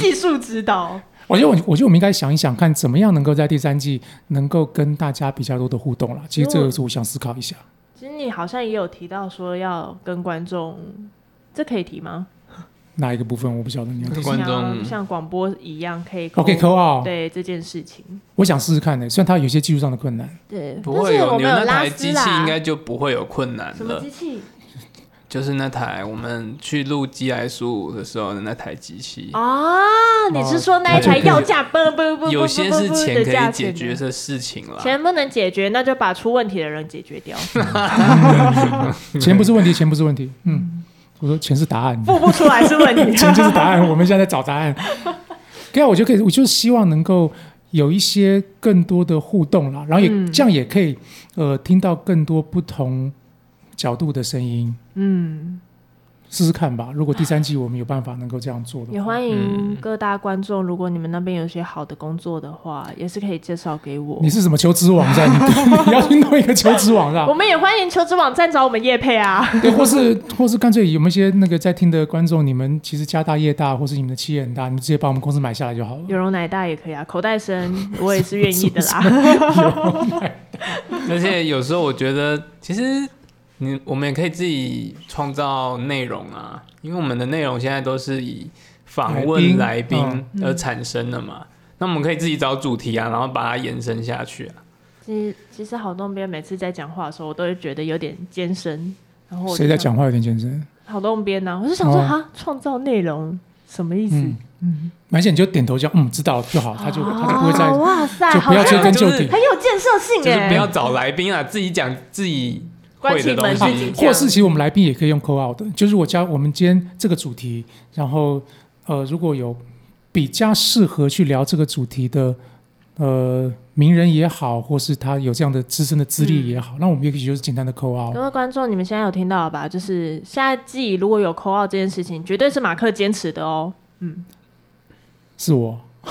[SPEAKER 2] 技术指导，
[SPEAKER 1] 我觉得我我觉得我们应该想一想，看怎么样能够在第三季能够跟大家比较多的互动啦。其实这个是我想思考一下。
[SPEAKER 2] 其实你好像也有提到说要跟观众，这可以提吗？
[SPEAKER 1] 哪一个部分我不晓得你要
[SPEAKER 3] 跟
[SPEAKER 1] 听。
[SPEAKER 3] 观
[SPEAKER 2] 像
[SPEAKER 3] 众
[SPEAKER 2] 像广播一样可以
[SPEAKER 1] OK，
[SPEAKER 2] 扣
[SPEAKER 1] 扣号，
[SPEAKER 2] 对这件事情，
[SPEAKER 1] 我想试试看呢、虽然它有些技术上的困难，
[SPEAKER 2] 对，
[SPEAKER 3] 不
[SPEAKER 2] 但
[SPEAKER 3] 会
[SPEAKER 2] 是我
[SPEAKER 3] 你
[SPEAKER 2] 们
[SPEAKER 3] 们那
[SPEAKER 2] 拉
[SPEAKER 3] 台
[SPEAKER 2] 丝
[SPEAKER 3] 机
[SPEAKER 2] 啦
[SPEAKER 3] 器应该就呃不会有困难
[SPEAKER 2] 什么
[SPEAKER 3] 了
[SPEAKER 2] 机，器？
[SPEAKER 3] 就是那台我们去录鸡来苏的时候的那台机器。
[SPEAKER 2] 哦，你是说那一台要价不不不，
[SPEAKER 3] 啊有些是
[SPEAKER 2] 钱
[SPEAKER 3] 钱可以解决，的事情啦，
[SPEAKER 2] 钱不能解决，那就把出问题的人解决掉。嗯
[SPEAKER 1] 钱不是问题，钱不是问题。嗯，我说钱是答案，
[SPEAKER 2] 付不出来是问 题，
[SPEAKER 1] 钱就是答案。我们现在在找答案。 对啊，我就可以，我就希望能够有一些更多的互动啦，然后也、
[SPEAKER 2] 嗯
[SPEAKER 1] 这样也可以呃听到更多不同角度的声音。
[SPEAKER 2] 嗯，
[SPEAKER 1] 试试看吧。如果第三季我们有办法能够这样做的话，
[SPEAKER 2] 也欢
[SPEAKER 3] 嗯
[SPEAKER 2] 迎各大观众，如果你们那边有些好的工作的话，也是可以介绍给我
[SPEAKER 1] 你。是什么求职网站？你你要去弄一个求职网站
[SPEAKER 2] 我，们也欢迎求职网站找我们叶配 啊。
[SPEAKER 1] 对，或是或是干脆有没有一些那个在听的观众，你们其实家大业大，或是你们的企业很大，你们直接把我们公司买下来就好了。
[SPEAKER 2] 有容乃大也可以啊，口袋深我也 是愿意的啦。
[SPEAKER 3] 而且有时候我觉得，其实你我们也可以自己创造内容啊，因为我们的内容现在都是以访问来
[SPEAKER 1] 来宾
[SPEAKER 3] 宾而
[SPEAKER 2] 嗯
[SPEAKER 3] 产生的嘛。那我们可以自己找主题啊，然后把它延伸下去啊。
[SPEAKER 2] 其实其实好东边每次在讲话的时候，我都会觉得有点艰深。然后我就
[SPEAKER 1] 谁在讲话有点健身？
[SPEAKER 2] 好东边呢、我就想说
[SPEAKER 1] 哦
[SPEAKER 2] 哈，创造内容什么意思？
[SPEAKER 1] 嗯而且你就点头讲嗯知道就好，他就他就不会再
[SPEAKER 2] 啊哇塞，
[SPEAKER 1] 就
[SPEAKER 2] 好
[SPEAKER 1] 不要追
[SPEAKER 2] 像
[SPEAKER 1] 根究
[SPEAKER 3] 就是
[SPEAKER 1] 底，
[SPEAKER 2] 很有建设性
[SPEAKER 3] 就是
[SPEAKER 2] 耶。
[SPEAKER 3] 不要找来宾啊，自己讲自 己
[SPEAKER 2] 关
[SPEAKER 3] 会
[SPEAKER 2] 起
[SPEAKER 3] 的东
[SPEAKER 2] 门自己
[SPEAKER 3] 西。
[SPEAKER 2] 讲
[SPEAKER 1] 或是其实我们来宾也可以用 call out 的，就是我加我们今天这个主题，然后呃如果有比较适合去聊这个主题的呃名人也好，或是他有这样的资深的资历也
[SPEAKER 2] 嗯
[SPEAKER 1] 好，那我们也许就是简单的 call out
[SPEAKER 2] 各。位观众，你们现在有听到了吧？就是下一季如果有扣号这件事情，绝对是马克坚持的哦。
[SPEAKER 1] 是我，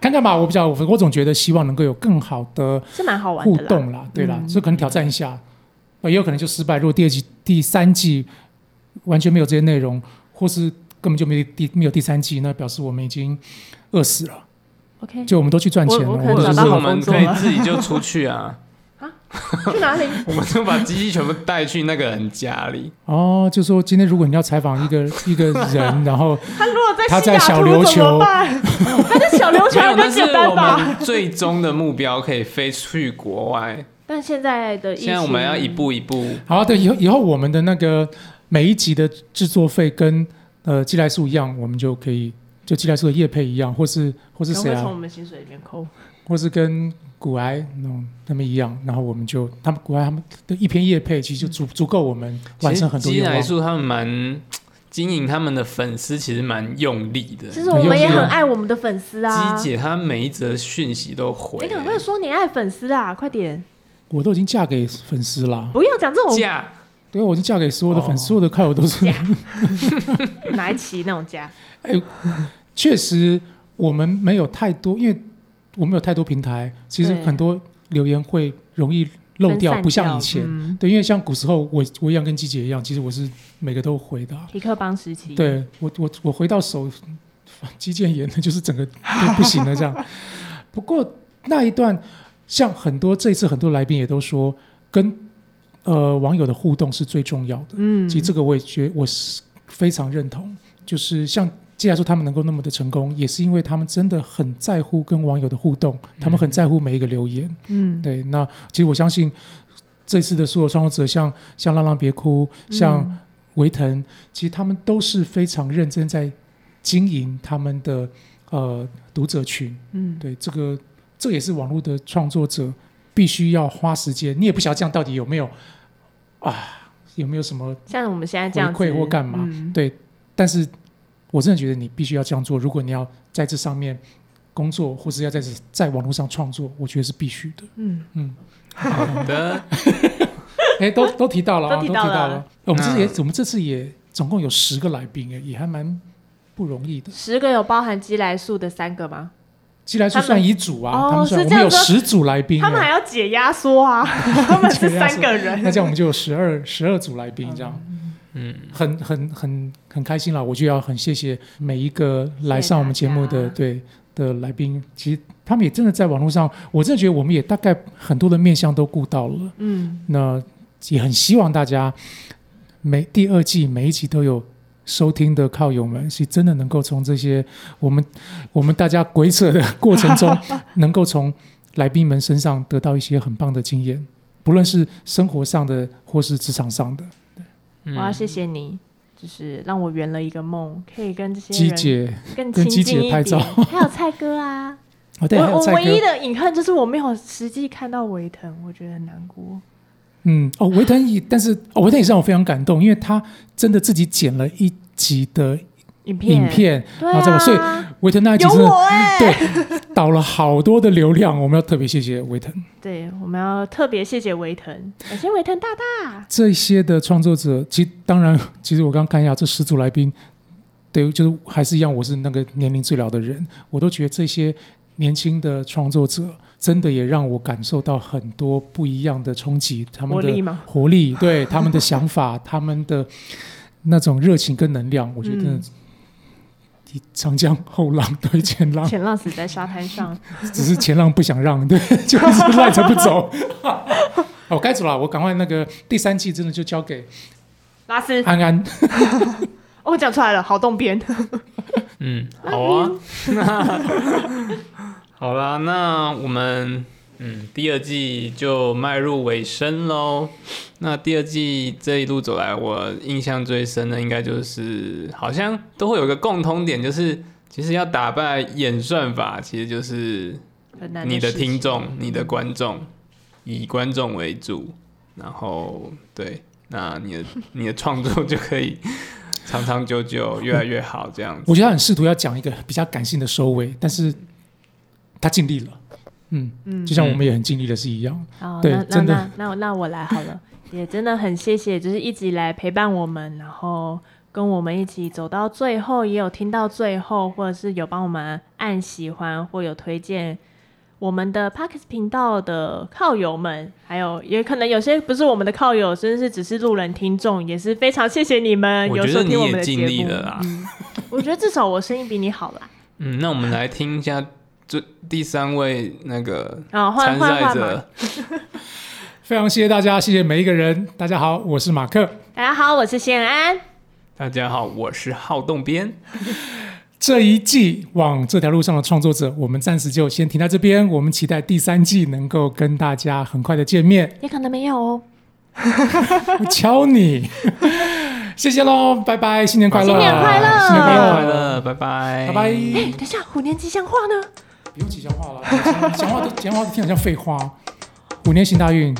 [SPEAKER 1] 看看吧，我比较我总觉得希望能够有更好的
[SPEAKER 2] 是蛮好玩
[SPEAKER 1] 互
[SPEAKER 2] 的啦。嗯
[SPEAKER 1] 动啦，对啦，所以可能挑战一下，呃，也有可能就失败。如果第二季、第三季完全没有这些内容，或是根本就没有第没有第三季，那表示我们已经饿死了，
[SPEAKER 2] OK，
[SPEAKER 1] 就我们都去赚钱了，
[SPEAKER 2] 嗯我我可
[SPEAKER 1] 们
[SPEAKER 2] 能
[SPEAKER 3] 或
[SPEAKER 1] 就
[SPEAKER 2] 找
[SPEAKER 3] 者
[SPEAKER 1] 是
[SPEAKER 2] 到
[SPEAKER 3] 是我
[SPEAKER 2] 好
[SPEAKER 3] 们
[SPEAKER 2] 工作
[SPEAKER 3] 可以
[SPEAKER 2] 了。
[SPEAKER 3] 自己就出去啊，
[SPEAKER 2] 去哪里？
[SPEAKER 3] 我们就把机器全部带去那个人家里。
[SPEAKER 1] 哦，就说今天如果你要采访一 个一个人，然后
[SPEAKER 2] 他如果在
[SPEAKER 1] 他
[SPEAKER 2] 西
[SPEAKER 1] 在
[SPEAKER 2] 雅
[SPEAKER 1] 小
[SPEAKER 2] 图
[SPEAKER 1] 琉
[SPEAKER 2] 怎
[SPEAKER 1] 球
[SPEAKER 2] 么办？他在小琉球
[SPEAKER 3] 没
[SPEAKER 2] 还
[SPEAKER 3] 有，
[SPEAKER 2] 更
[SPEAKER 3] 但是
[SPEAKER 2] 简单
[SPEAKER 3] 我
[SPEAKER 2] 吧？
[SPEAKER 3] 们最终的目标可以飞去国 外。
[SPEAKER 2] 但现在的疫情，
[SPEAKER 3] 现在我们要一步一步。
[SPEAKER 1] 好啊对，以后以后我们的那个每一集的制作费跟呃寄来素一样，我们就可以就寄来素的叶配一样，或是或是
[SPEAKER 2] 可能
[SPEAKER 1] 谁
[SPEAKER 2] 会
[SPEAKER 1] 啊
[SPEAKER 2] 从我，们薪水里面扣。
[SPEAKER 1] 或是跟古癌那种他们一样，然后我们就他们古癌他们的一篇夜配，其实就足足够我们完成很多
[SPEAKER 3] 其实基
[SPEAKER 1] 愿
[SPEAKER 3] 来
[SPEAKER 1] 望。
[SPEAKER 3] 素他们蛮经营他们的粉丝，其实蛮用力的。
[SPEAKER 2] 其实我
[SPEAKER 1] 很用
[SPEAKER 2] 们也
[SPEAKER 1] 心啊
[SPEAKER 2] 很爱我们的粉丝啊。哎
[SPEAKER 3] 鸡姐她每一则讯息都回、
[SPEAKER 2] 你赶快说你爱粉丝啊！快点，
[SPEAKER 1] 我都已经嫁给粉丝哦啦，
[SPEAKER 2] 不要讲这种
[SPEAKER 3] 嫁
[SPEAKER 1] 对，我已经嫁给所有的粉丝，所有的客友都是。
[SPEAKER 2] 哪一期那种啊家。
[SPEAKER 1] 确实，我们没有太多，因为我们有太多平台，其实
[SPEAKER 2] 对
[SPEAKER 1] 很多留言会容易 漏
[SPEAKER 2] 分散
[SPEAKER 1] 掉，
[SPEAKER 2] 掉
[SPEAKER 1] 不像以前。
[SPEAKER 2] 嗯
[SPEAKER 1] 对，因为像古时候，我我一样跟季姐一样，其实我是每个都回的啊、
[SPEAKER 2] 皮克邦时期，，
[SPEAKER 1] 对我我我回到手肌腱炎了，就是整个都不行了这样。不过那一段，像很多这次很多来宾也都说，跟呃网友的互动是最重要的。
[SPEAKER 2] 嗯
[SPEAKER 1] 其实这个我也觉我是非常认同，就是像。既然说他们能够那么的成功，也是因为他们真的很在乎跟网友的互动，他们很在乎每一个留言。
[SPEAKER 2] 嗯，
[SPEAKER 1] 对，那其实我相信这次的所有创作者像，像浪浪别哭，像
[SPEAKER 2] 嗯
[SPEAKER 1] 维腾，其实他们都是非常认真在经营他们的呃读者群。
[SPEAKER 2] 嗯，
[SPEAKER 1] 对，这个这也是网络的创作者必须要花时间。你也不晓得这样到底有没有啊，有没有什么
[SPEAKER 2] 像我们现在这
[SPEAKER 1] 回
[SPEAKER 2] 样子
[SPEAKER 1] 馈或干嘛？
[SPEAKER 2] 嗯
[SPEAKER 1] 对，但是我真的觉得你必须要这样做。如果你要在这上面工作，或是要在这在网络上创作，我觉得是必须的。
[SPEAKER 2] 嗯，
[SPEAKER 3] 好的，
[SPEAKER 1] 哎， 都都提到了、啊，
[SPEAKER 2] 都
[SPEAKER 1] 都
[SPEAKER 2] 提
[SPEAKER 1] 提
[SPEAKER 2] 到
[SPEAKER 1] 到
[SPEAKER 2] 了
[SPEAKER 1] 了。我们这次也
[SPEAKER 3] 嗯，
[SPEAKER 1] 我们这次也总共有十个来宾，哎，也还蛮不容易的。
[SPEAKER 2] 十个有包含基来素的三个吗？
[SPEAKER 1] 既然说
[SPEAKER 2] 他
[SPEAKER 1] 算
[SPEAKER 2] 们
[SPEAKER 1] 一组
[SPEAKER 2] 哦
[SPEAKER 1] 啊，他们算我
[SPEAKER 2] 是这
[SPEAKER 1] 们
[SPEAKER 2] 样
[SPEAKER 1] 有
[SPEAKER 2] 说
[SPEAKER 1] 十组来宾，
[SPEAKER 2] 他们还
[SPEAKER 1] 哎
[SPEAKER 2] 要解压缩啊，他们是三个
[SPEAKER 1] 那
[SPEAKER 2] 人，
[SPEAKER 1] 这样我们就有十二十二组来宾，这样
[SPEAKER 3] 嗯，
[SPEAKER 1] 很很很很开心啦。我就要很谢谢每一个来
[SPEAKER 2] 谢谢
[SPEAKER 1] 上我们节目
[SPEAKER 2] 大
[SPEAKER 1] 的
[SPEAKER 2] 家
[SPEAKER 1] 对的来宾，其实他们也真的在网络上，我真的觉得我们也大概很多的面向都顾到了。
[SPEAKER 2] 嗯，
[SPEAKER 1] 那也很希望大家每第二季每一集都有收听的靠友们，是真的能够从这些我们 我们大家鬼扯的过程中，能够从来宾们身上得到一些很棒的经验，不论是生活上的或是职场上的。
[SPEAKER 3] 嗯
[SPEAKER 2] 我要谢谢你。就是让我圆了一个梦，可以跟这些
[SPEAKER 1] 鸡
[SPEAKER 2] 人
[SPEAKER 1] 姐，
[SPEAKER 2] 更
[SPEAKER 1] 跟
[SPEAKER 2] 亲
[SPEAKER 1] 鸡
[SPEAKER 2] 近
[SPEAKER 1] 姐
[SPEAKER 2] 一
[SPEAKER 1] 拍照
[SPEAKER 2] 点。还有蔡哥啊，
[SPEAKER 1] 哦 对，还
[SPEAKER 2] 我
[SPEAKER 1] 有
[SPEAKER 2] 我
[SPEAKER 1] 蔡
[SPEAKER 2] 唯一
[SPEAKER 1] 哥，
[SPEAKER 2] 的隐恨就是我没有实际看到维腾，我觉得很难过。
[SPEAKER 1] 嗯，哦，维腾也，但是、哦、维腾也是让我非常感动，因为他真的自己剪了一集的
[SPEAKER 2] 影片，
[SPEAKER 1] 影，片，
[SPEAKER 2] 对
[SPEAKER 1] 然后再
[SPEAKER 2] 啊，
[SPEAKER 1] 往所以维腾那一集
[SPEAKER 2] 有
[SPEAKER 1] 真的
[SPEAKER 2] 我哎、
[SPEAKER 1] 对导了好多的流量，我们要特别谢谢维腾。
[SPEAKER 2] 对，我们要特别谢谢维腾，感谢维腾大大。
[SPEAKER 1] 这些的创作者，其实当然，其实我刚看一下这十组来宾，对，就是还是一样，我是那个年龄最老的人，我都觉得这些年轻的创作者真的也让我感受到很多不一样的冲击，他们
[SPEAKER 2] 活力
[SPEAKER 1] 的
[SPEAKER 2] 吗？
[SPEAKER 1] 活力，对他们的想法， 他们的那种热情跟能量，我觉得
[SPEAKER 2] 嗯
[SPEAKER 1] 长江后浪推前浪，
[SPEAKER 2] 前浪死在沙滩上，
[SPEAKER 1] 只是前浪不想让， 对，就一直赖着不走。 好我该走了，我赶快那个第三季真的就交给
[SPEAKER 2] 拉丝，
[SPEAKER 1] 安安。
[SPEAKER 2] 哦，我讲出来了，好动边。
[SPEAKER 3] 嗯，好啊， 那好啦，那我们嗯第二季就迈入尾声喽。那第二季这一路走来，我印象最深的应该就是好像都会有一个共通点，就是其实要打败演算法，其实就是
[SPEAKER 2] 很难
[SPEAKER 3] 你的
[SPEAKER 2] 事情
[SPEAKER 3] 听众、你的观众，以观众为主，然后对，那你的你的创作就可以长长久久、越来越好这样子。
[SPEAKER 1] 我觉得他很试图要讲一个比较感性的收尾，但是他尽力了。嗯，
[SPEAKER 2] 嗯
[SPEAKER 1] 就像我们也很尽力的是一样。
[SPEAKER 2] 哦，
[SPEAKER 1] 对
[SPEAKER 2] 那那
[SPEAKER 1] 真的
[SPEAKER 2] 那那那我来好了，也真的很谢谢，就是一直以来陪伴我们，然后跟我们一起走到最后，也有听到最后，或者是有帮我们按喜欢，或有推荐我们的 Parkes 频道的靠友们，还有也可能有些不是我们的靠友，甚至是只是路人听众，也是非常谢谢你们有
[SPEAKER 3] 觉
[SPEAKER 2] 收
[SPEAKER 3] 得你
[SPEAKER 2] 听我们
[SPEAKER 3] 也
[SPEAKER 2] 的节
[SPEAKER 3] 尽
[SPEAKER 2] 目。嗯
[SPEAKER 3] 力了啦。
[SPEAKER 2] 我觉得至少我声音比你好啦。
[SPEAKER 3] 嗯，那我们来听一下这第三位那个
[SPEAKER 2] 啊、换
[SPEAKER 3] 参
[SPEAKER 2] 换
[SPEAKER 3] 赛
[SPEAKER 2] 换嘛！
[SPEAKER 3] 者，
[SPEAKER 1] 非常谢谢大家，谢谢每一个人。大家好，我是马克。
[SPEAKER 2] 大家好，我是谢安，
[SPEAKER 3] 大家好，我是好动编。
[SPEAKER 1] 这一季往这条路上的创作者，我们暂时就先停在这边。我们期待第三季能够跟大家很快的见 面。
[SPEAKER 2] 也可能没有哦。
[SPEAKER 1] 我敲你，谢谢喽，拜拜，新年快乐，
[SPEAKER 2] 新年快乐
[SPEAKER 1] 新
[SPEAKER 3] 新
[SPEAKER 1] 年快
[SPEAKER 3] 年快
[SPEAKER 1] 乐，
[SPEAKER 3] 乐，拜拜，
[SPEAKER 1] 拜拜。。
[SPEAKER 2] 哎、等一下，虎年吉祥话呢？
[SPEAKER 1] 不用吉祥话了，讲讲话都讲话都听起来像废话。虎年行大运，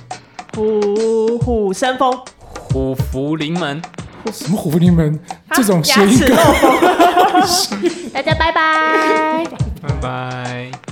[SPEAKER 2] 虎虎生风，
[SPEAKER 3] 虎符临门，
[SPEAKER 1] 什么虎符临门这种
[SPEAKER 2] 啊
[SPEAKER 1] 谐
[SPEAKER 2] 牙
[SPEAKER 1] 音
[SPEAKER 2] 齿漏风。大家拜拜。
[SPEAKER 3] 拜拜。